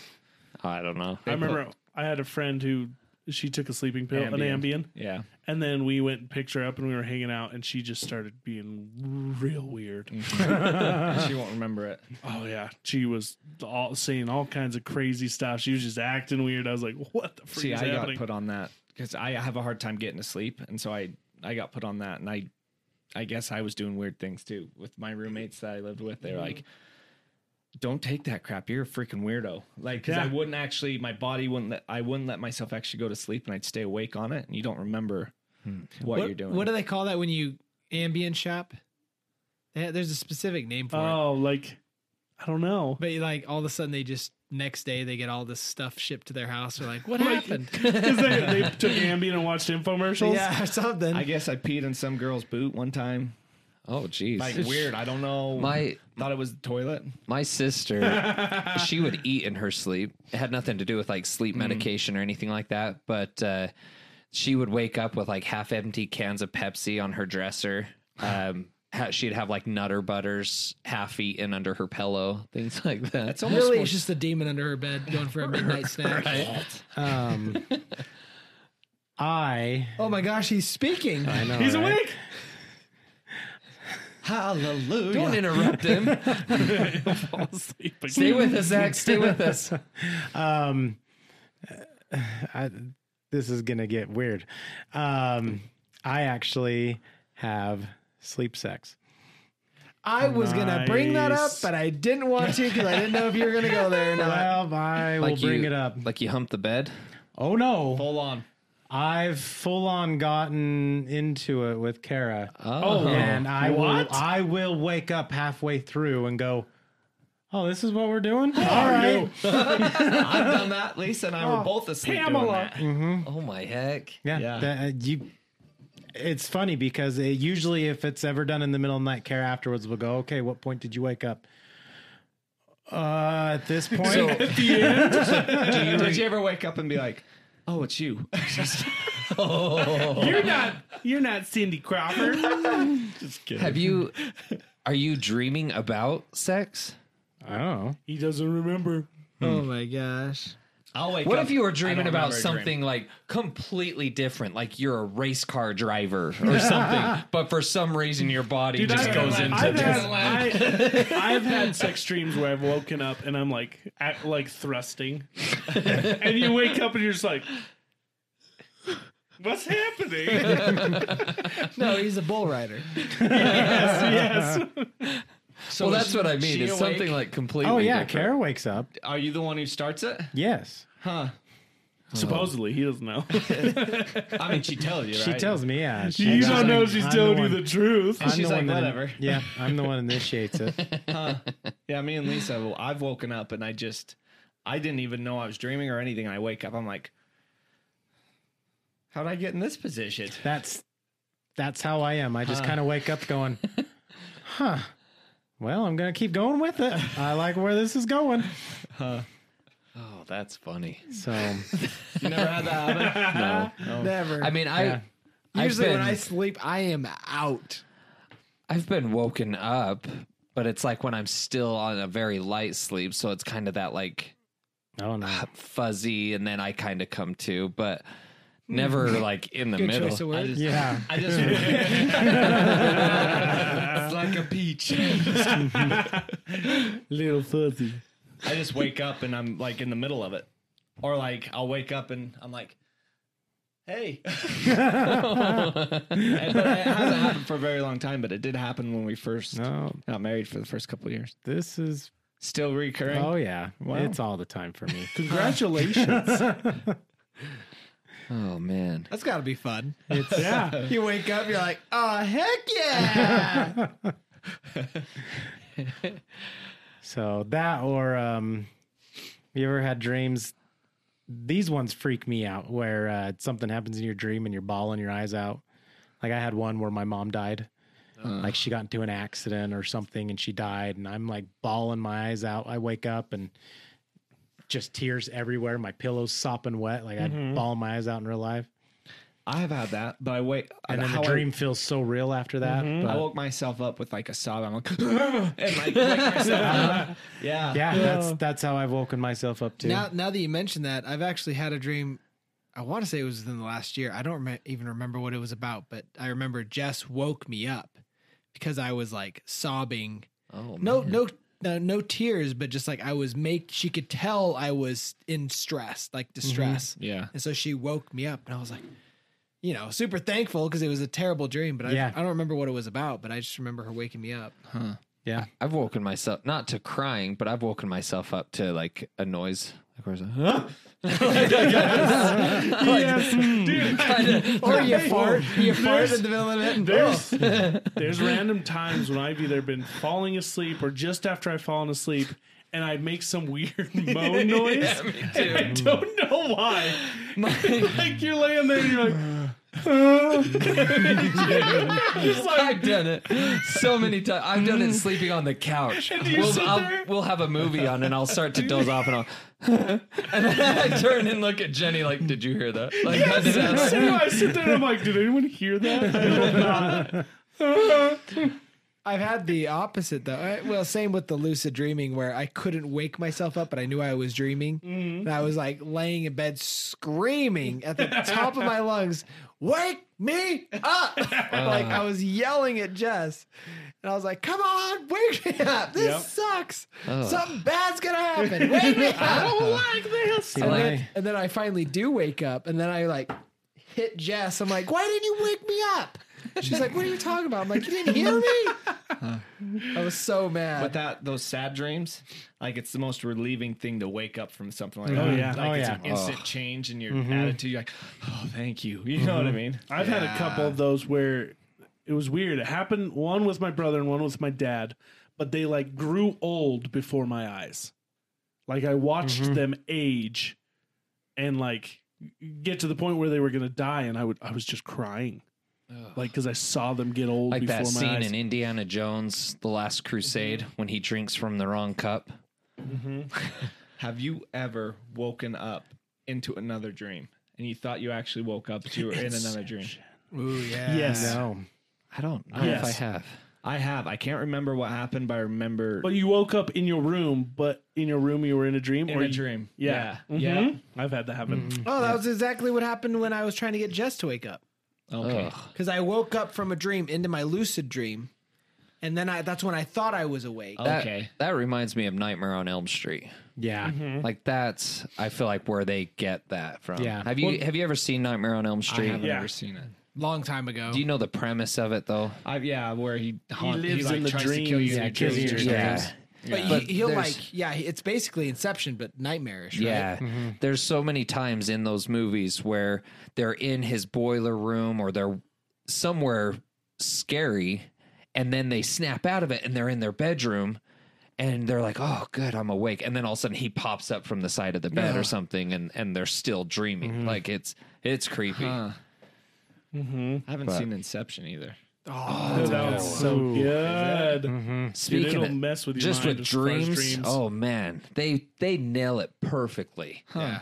C: I don't know.
B: I remember I had a friend who she took a sleeping pill, an Ambien,
E: Yeah.
B: and then we went and picked her up and we were hanging out and she just started being real weird.
E: Mm.
B: Uh-huh.
E: She won't remember it.
B: Oh yeah, she was all saying all kinds of crazy stuff. She was just acting weird. I was like, "What the freak
E: See,
B: is
E: I
B: happening?"
E: got put on that because I have a hard time getting to sleep, and so I I got put on that, and I I guess I was doing weird things too with my roommates that I lived with. They're like, "Don't take that crap. You're a freaking weirdo." Like, 'cause I
B: Yeah.
E: wouldn't actually, my body wouldn't let I wouldn't let myself actually go to sleep, and I'd stay awake on it, and you don't remember what, you're doing.
A: What do they call that when you ambient shop? They- There's a specific name for it.
B: oh, like I don't know.
A: But like all of a sudden, they just next day they get all this stuff shipped to their house. They're like, "What
B: Like-
A: happened?"
B: 'Cause they, they took Ambien and watched infomercials.
A: yeah, or something.
E: I guess I peed in some girl's boot one time.
C: Oh, jeez.
E: Like weird. I don't know.
C: My
E: thought it was the toilet.
C: my sister, she would eat in her sleep. It had nothing to do with like sleep medication or anything like that. But uh, she would wake up with like half empty cans of Pepsi on her dresser. Um, ha- she'd have like Nutter Butters half eaten under her pillow, things like that. That's
A: really, it's just a demon under her bed going for a midnight snack.
F: Um, I
G: Oh my gosh, he's speaking.
F: I know
B: he's
F: right?
B: awake.
G: Hallelujah.
C: Don't interrupt him.
B: Fall asleep again.
C: Stay with us, Zach. Stay with us.
F: um I, this is gonna get weird um i actually have sleep sex
G: I was gonna bring that up,
B: Nice.
G: but I didn't want to because I didn't know if you were gonna go there or not.
F: well i will
C: Like
F: bring
C: you,
F: it up
C: Like you hump the bed.
F: oh no
E: Full on.
F: i've full on gotten into it with kara
C: Oh,
F: and i will i will wake up halfway through and go oh this is what we're doing all right
E: I've done that. Lisa and I
F: Oh,
E: were both asleep. Doing that.
F: Mm-hmm.
C: oh my heck.
F: Yeah, that- uh, you. It's funny because it, usually, if it's ever done in the middle of the night, care afterwards will go, "Okay, what point did you wake up?" Uh, at this point,
E: Did you ever wake up and be like, "Oh, it's you"?
B: You're not. You're not Cindy Crawford.
C: Have you? Are you dreaming about sex?
F: I don't know.
B: he doesn't remember.
G: Oh my gosh.
E: I'll wake
C: What
E: up.
C: if you were dreaming
E: don't
C: about
E: remember a dream.
C: something like completely different, like you're a race car driver or something, but for some reason your body just
B: I've-
C: goes into
B: I've
C: this?
B: Had, I, have had sex dreams where I've woken up and I'm like at, like thrusting, and you wake up and you're just like, "What's happening?" yes,
G: No, he's a bull rider.
B: yes.
C: well, that's what I mean. It's something like completely.
F: Oh yeah,
C: different.
F: Kara wakes up.
E: Are you the one who starts it?
F: Yes,
B: Supposedly, he doesn't know.
E: I mean, she tells you.
F: she tells me. Yeah, she,
B: you
F: she's
B: don't know
F: like,
B: she's
F: I'm
B: telling
F: the
B: you
F: one-
B: the truth.
F: I'm
E: She's
F: the
E: like,
F: one that-
E: "Whatever."
F: yeah, I'm the one that initiates it.
E: Yeah, me and Lisa. Well, I've woken up and I just, I didn't even know I was dreaming or anything. And I wake up, I'm like, "How did I get in this position?"
F: That's that's how I am. I just kind of wake up going, "Huh." Well, I'm gonna keep going with it. I like where this is going.
C: Oh, that's funny.
F: So
E: You never had that. happen?
C: No,
G: Never.
C: I mean I.
F: Yeah.
C: I've
G: Usually when
C: been-
G: I sleep, I am out.
C: I've been woken up, but it's like when I'm still on a very light sleep, so it's kind of that like
F: oh no.
C: fuzzy, and then I kind of come to, but never
A: Mm-hmm.
C: like in the middle.
G: Choice of words.
F: Yeah.
E: I just, it's like a peach.
B: Little fuzzy.
E: I just wake up and I'm like in the middle of it, or like I'll wake up and I'm like, "Hey." And- but it hasn't happened for a very long time, but it did happen when we first
F: No,
E: got married for the first couple of years.
F: this is
D: Still recurring.
F: Oh yeah, it's all the time for me.
B: Congratulations.
C: Oh man.
A: That's got to be fun.
B: yeah.
G: You wake up, you're like, oh heck yeah!
F: So that or um you ever had dreams these ones freak me out where uh, something happens in your dream and you're bawling your eyes out. Like I had one where my mom died. like she got into an accident or something and she died and I'm like bawling my eyes out. I wake up and just tears everywhere. My pillow's sopping wet. Like I'd bawling my eyes out in real life.
D: I've had that, but I wait.
F: And then
D: how
F: the
D: I-
F: dream feels so real after that.
E: Mm-hmm.
D: I,
F: But
D: woke myself up with like a sob. I'm like, and like, wake myself up. Yeah.
F: yeah, that's that's how I've woken myself up too.
A: Now, now that you mention that, I've actually had a dream. I want to say it was within the last year. I don't rem- even remember what it was about, but I remember Jess woke me up because I was like sobbing.
C: Oh man.
A: No, no, no, no tears, but just like I was make. She could tell I was in stress, like distress,
D: Yeah.
A: and so she woke me up, and I was like, you know, super thankful because it was a terrible dream, but I,
F: Yeah.
A: I don't remember what it was about, but I just remember her waking me up.
C: I've woken myself not to crying, but I've woken myself up to like a noise. Like where's huh?
A: Or you fart, you fart in the middle of it. and-
B: There's there's random times when I've either been falling asleep or just after I've fallen asleep and I make some weird moan noise. and I don't know why. like you're laying there and you're like
C: I've done it so many times. I've done it sleeping on the couch.
B: you
C: We'll,
B: sit
C: I'll-
B: there?
C: we'll have a movie on, and I'll start to doze off, and I'll and then I turn and look at Jenny like, "Did you hear that?" Like that's
B: so I sit there and I'm like, did anyone hear that? I hope not.
A: I've had the opposite though. I, well, same with the lucid dreaming where I couldn't wake myself up, but I knew I was dreaming. And I was like laying in bed screaming at the top of my lungs, "Wake me up!" like I was yelling at Jess, and I was like, "Come on, wake me up! This
B: Yep.
A: sucks. Something bad's gonna happen. Wake me up!"
B: Like this.
A: and,
C: Like-
A: then, and then I finally do wake up, and then I like hit Jess. I'm like, "Why didn't you wake me up?" She's like, "What are you talking about?" I'm like, "You didn't hear me." I was so mad.
D: But that those sad dreams, like it's the most relieving thing to wake up from something like
B: Oh,
D: that.
B: yeah.
D: like
F: Oh,
D: it's
F: yeah. Mm-hmm.
D: an instant change in your attitude. You're like, oh, thank you. You know what I mean?
B: I've had a couple of those where it was weird. It happened one with my brother and one with my dad, but they like grew old before my eyes. Like I watched them age and like get to the point where they were gonna die, and I would I was just crying, like because I saw them get old
C: like
B: before
C: that
B: my
C: scene
B: eyes.
C: in Indiana Jones: The Last Crusade when he drinks from the wrong cup.
B: Mm-hmm.
D: Have you ever woken up into another dream and you thought you actually woke up, but you were in another dream?
A: Ooh yeah.
B: yes,
F: no.
C: I don't know
B: Yes.
C: if I have.
D: I have. I can't remember what happened, but I remember
B: but you woke up in your room, but in your room you were in a dream
D: in
B: or
D: a
B: you-
D: dream.
B: Yeah,
F: Mm-hmm.
D: Yeah.
B: Mhm. I've had that happen.
A: Oh, that was exactly what happened when I was trying to get Jess to wake up.
D: Okay.
A: Because I woke up from a dream into my lucid dream. And then I that's when I thought I was awake.
C: That,
D: Okay.
C: that reminds me of Nightmare on Elm Street.
F: Yeah.
B: Mm-hmm.
C: Like that's I feel like where they get that from.
F: Yeah.
C: Have you have you ever seen Nightmare on Elm
D: I
C: Street?
D: haven't
B: Yeah.
D: ever seen it.
A: Long time ago.
C: Do you know the premise of it though?
D: I, yeah, where he haunt, he,
B: lives
D: like,
B: in the
D: tries to kill you.
B: dreams.
D: in
B: Yeah,
D: your
B: kills
D: dreams.
B: you in
D: Yeah.
B: your
A: but
C: But
A: he, he'll
C: there's-
A: like, yeah, it's basically Inception, but nightmarish. Right?
C: Yeah. There's so many times in those movies where they're in his boiler room or they're somewhere scary and then they snap out of it and they're in their bedroom and they're like, "Oh, good, I'm awake." And then all of a sudden he pops up from the side of the bed or something and and they're still dreaming. Like it's it's creepy.
D: I haven't seen Inception either.
B: Oh, that was so good.
C: Speaking
B: it'll
C: of,
B: mess with your
C: just
B: mind
C: with
B: as far as
C: dreams,
B: dreams.
C: Oh man, they they nail it perfectly.
D: Yeah.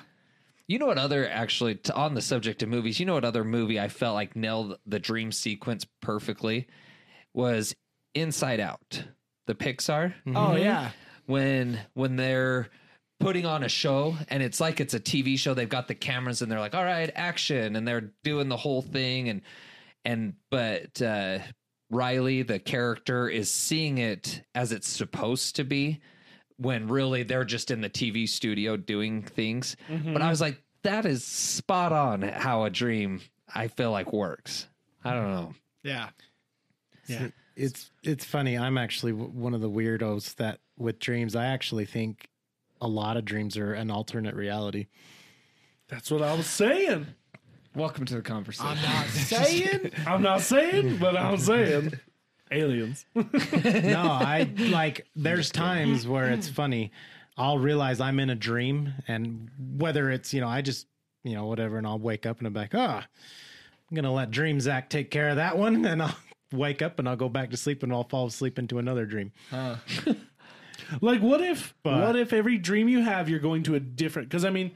C: You know what other actually t- on the subject of movies? You know what other movie I felt like nailed the dream sequence perfectly was Inside Out, the Pixar
A: Oh yeah.
C: when when they're putting on a show and it's like it's a TV show they've got the cameras and they're like all right action and they're doing the whole thing and and but uh Riley the character is seeing it as it's supposed to be when really they're just in the TV studio doing things but I was like that is spot on how a dream I feel like works I don't know
A: Yeah.
F: it's it's funny. I'm actually w- one of the weirdos that with dreams. I actually think a lot of dreams are an alternate reality.
B: That's what I was saying.
D: Welcome to the conversation.
G: I'm not saying.
B: I'm not saying, but I'm saying aliens.
F: no, I like there's times where it's funny. I'll realize I'm in a dream and whether it's, you know, I just, you know, whatever, and I'll wake up and I'm like, ah, I'm gonna let Dream Zach take care of that one, and I'll wake up and I'll go back to sleep and I'll fall asleep into another dream.
B: Like, what if?
F: But-
B: what if every dream you have, you're going to a different? Because I mean,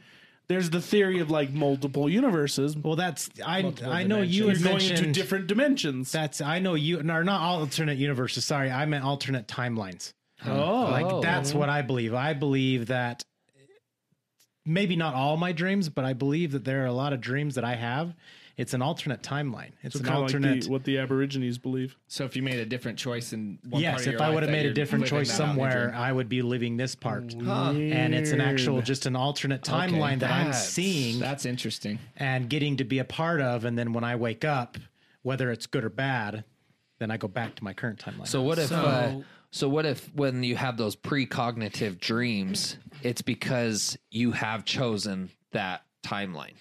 B: there's the theory of like multiple universes.
F: Well, that's I I know you
B: You're
F: had
B: going into
F: mentioned
B: different dimensions.
F: that's I know you no not alternate universes. Sorry, I meant alternate timelines.
B: oh,
F: Like
C: Oh.
F: that's what I believe. I believe that maybe not all my dreams, but I believe that there are a lot of dreams that I have. It's an alternate timeline. It's an
B: kind of like
F: alternate.
B: the, what the Aborigines believe.
D: So if you made a different choice in one part
F: yes,
D: of your
F: if I
D: life
F: would have
D: that
F: made a
D: you're
F: different
D: living
F: choice
D: that out in your
F: somewhere,
D: dream.
F: I would be living this part. And it's an actual, just an alternate timeline that I'm
D: That's-
F: seeing
D: That's interesting.
F: and getting to be a part of. And then when I wake up, whether it's good or bad, then I go back to my current timeline.
C: So what if? So, uh, so what if when you have those precognitive dreams, it's because you have chosen that timeline.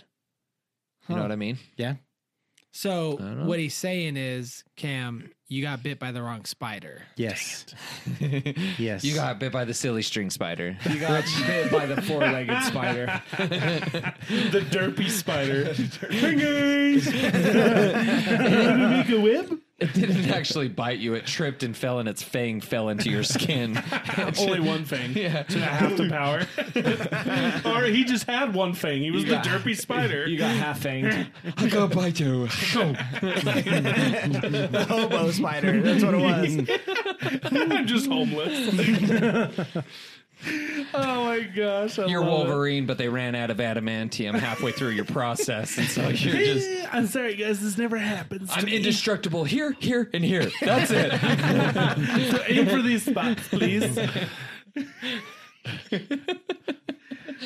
C: You know what I mean?
F: yeah.
A: So
C: don't know.
A: what he's saying is, Cam, you got bit by the wrong spider.
F: Yes. yes.
C: You got bit by the silly string spider.
D: You got bit by the four-legged spider.
B: The derpy spider. Fingers. Did it make a web?
C: It didn't actually bite you. It tripped and fell, and its fang fell into your skin.
B: Only one fang. Yeah. To half the power. or he just had one fang. He was the derpy spider.
D: You got half fanged.
C: I got bite you.
G: Hobo spider. That's what it was.
B: I'm just homeless. oh my gosh. I
C: You're
B: love it.
C: Wolverine, but they ran out of adamantium halfway through your process, and so you're just.
B: Eh, I'm sorry, guys. This never happens. to
C: I'm
B: me.
C: indestructible here, here, and here. That's it.
B: So aim for these spots, please.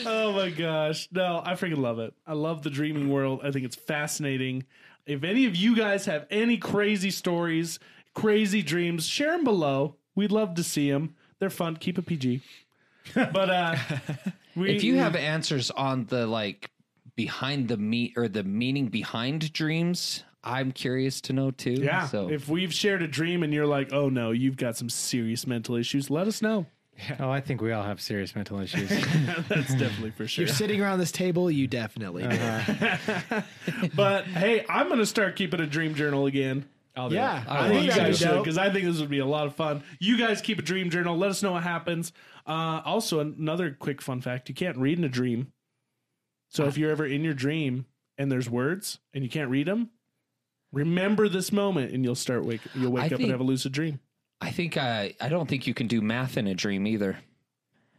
B: oh my gosh. No, I freaking love it. I love the dreaming world. I think it's fascinating. If any of you guys have any crazy stories, crazy dreams, share them below. We'd love to see them. They're fun. Keep it PG. But uh, we,
C: if you have
A: Mm-hmm.
C: answers on the like behind the meat or the meaning behind dreams, I'm curious to know too.
B: yeah,
C: So
B: if we've shared a dream and you're like, oh no, you've got some serious mental issues, let us know.
F: Oh, I think we all have serious mental issues.
B: That's definitely for sure.
A: You're sitting around this table, you definitely. do.
F: Uh-huh.
B: But hey, I'm gonna start keeping a dream journal again.
G: Yeah,
B: I, think you guys should because I think this would be a lot of fun. You guys keep a dream journal. Let us know what happens. Uh, also, another quick fun fact: you can't read in a dream. So if you're ever in your dream and there's words and you can't read them, remember this moment and you'll start wake. You'll wake
C: I
B: up and
C: think-
B: have a lucid dream.
C: I think I I don't think you can do math in a dream either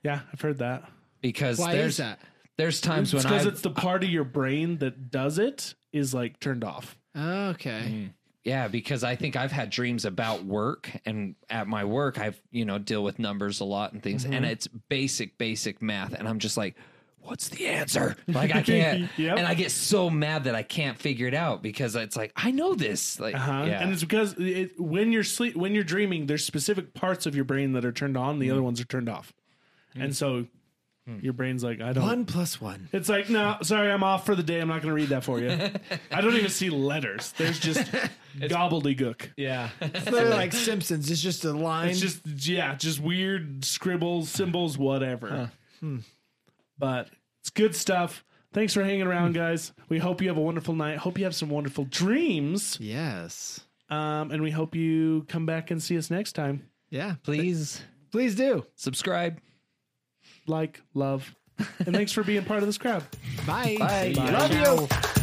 B: Yeah, I've heard that.
C: because
A: Why
C: there's
A: is that?
C: there's times when
B: because
C: I
B: it's the part of your brain that does it is like turned off.
C: Mm.
A: Okay.
C: yeah because I think I've had dreams about work and at my work I've you know deal with numbers a lot and things
A: Mm-hmm.
C: and it's basic basic math and I'm just like what's the answer like I can't
B: Yep.
C: and I get so mad that I can't figure it out because it's like I know this like
B: Uh-huh.
C: yeah.
B: And it's because it, when you're sleep, when you're dreaming, there's specific parts of your brain that are turned on, the other ones are turned off, and so your brain's like, I don't.
A: One plus one.
B: It's like, no, sorry, I'm off for the day. I'm not going to read that for you. I don't even see letters. There's just gobbledygook.
D: Yeah.
G: it's literally like Simpsons. It's just a line.
B: It's just yeah, just weird scribbles, symbols, whatever. But it's good stuff. Thanks for hanging around, guys. We hope you have a wonderful night. Hope you have some wonderful dreams.
A: Yes.
B: Um, and we hope you come back and see us next time.
A: Yeah.
C: please
A: Please do.
C: subscribe.
B: like, love, and thanks for being part of this crowd.
A: Bye.
C: Bye.
A: Love you.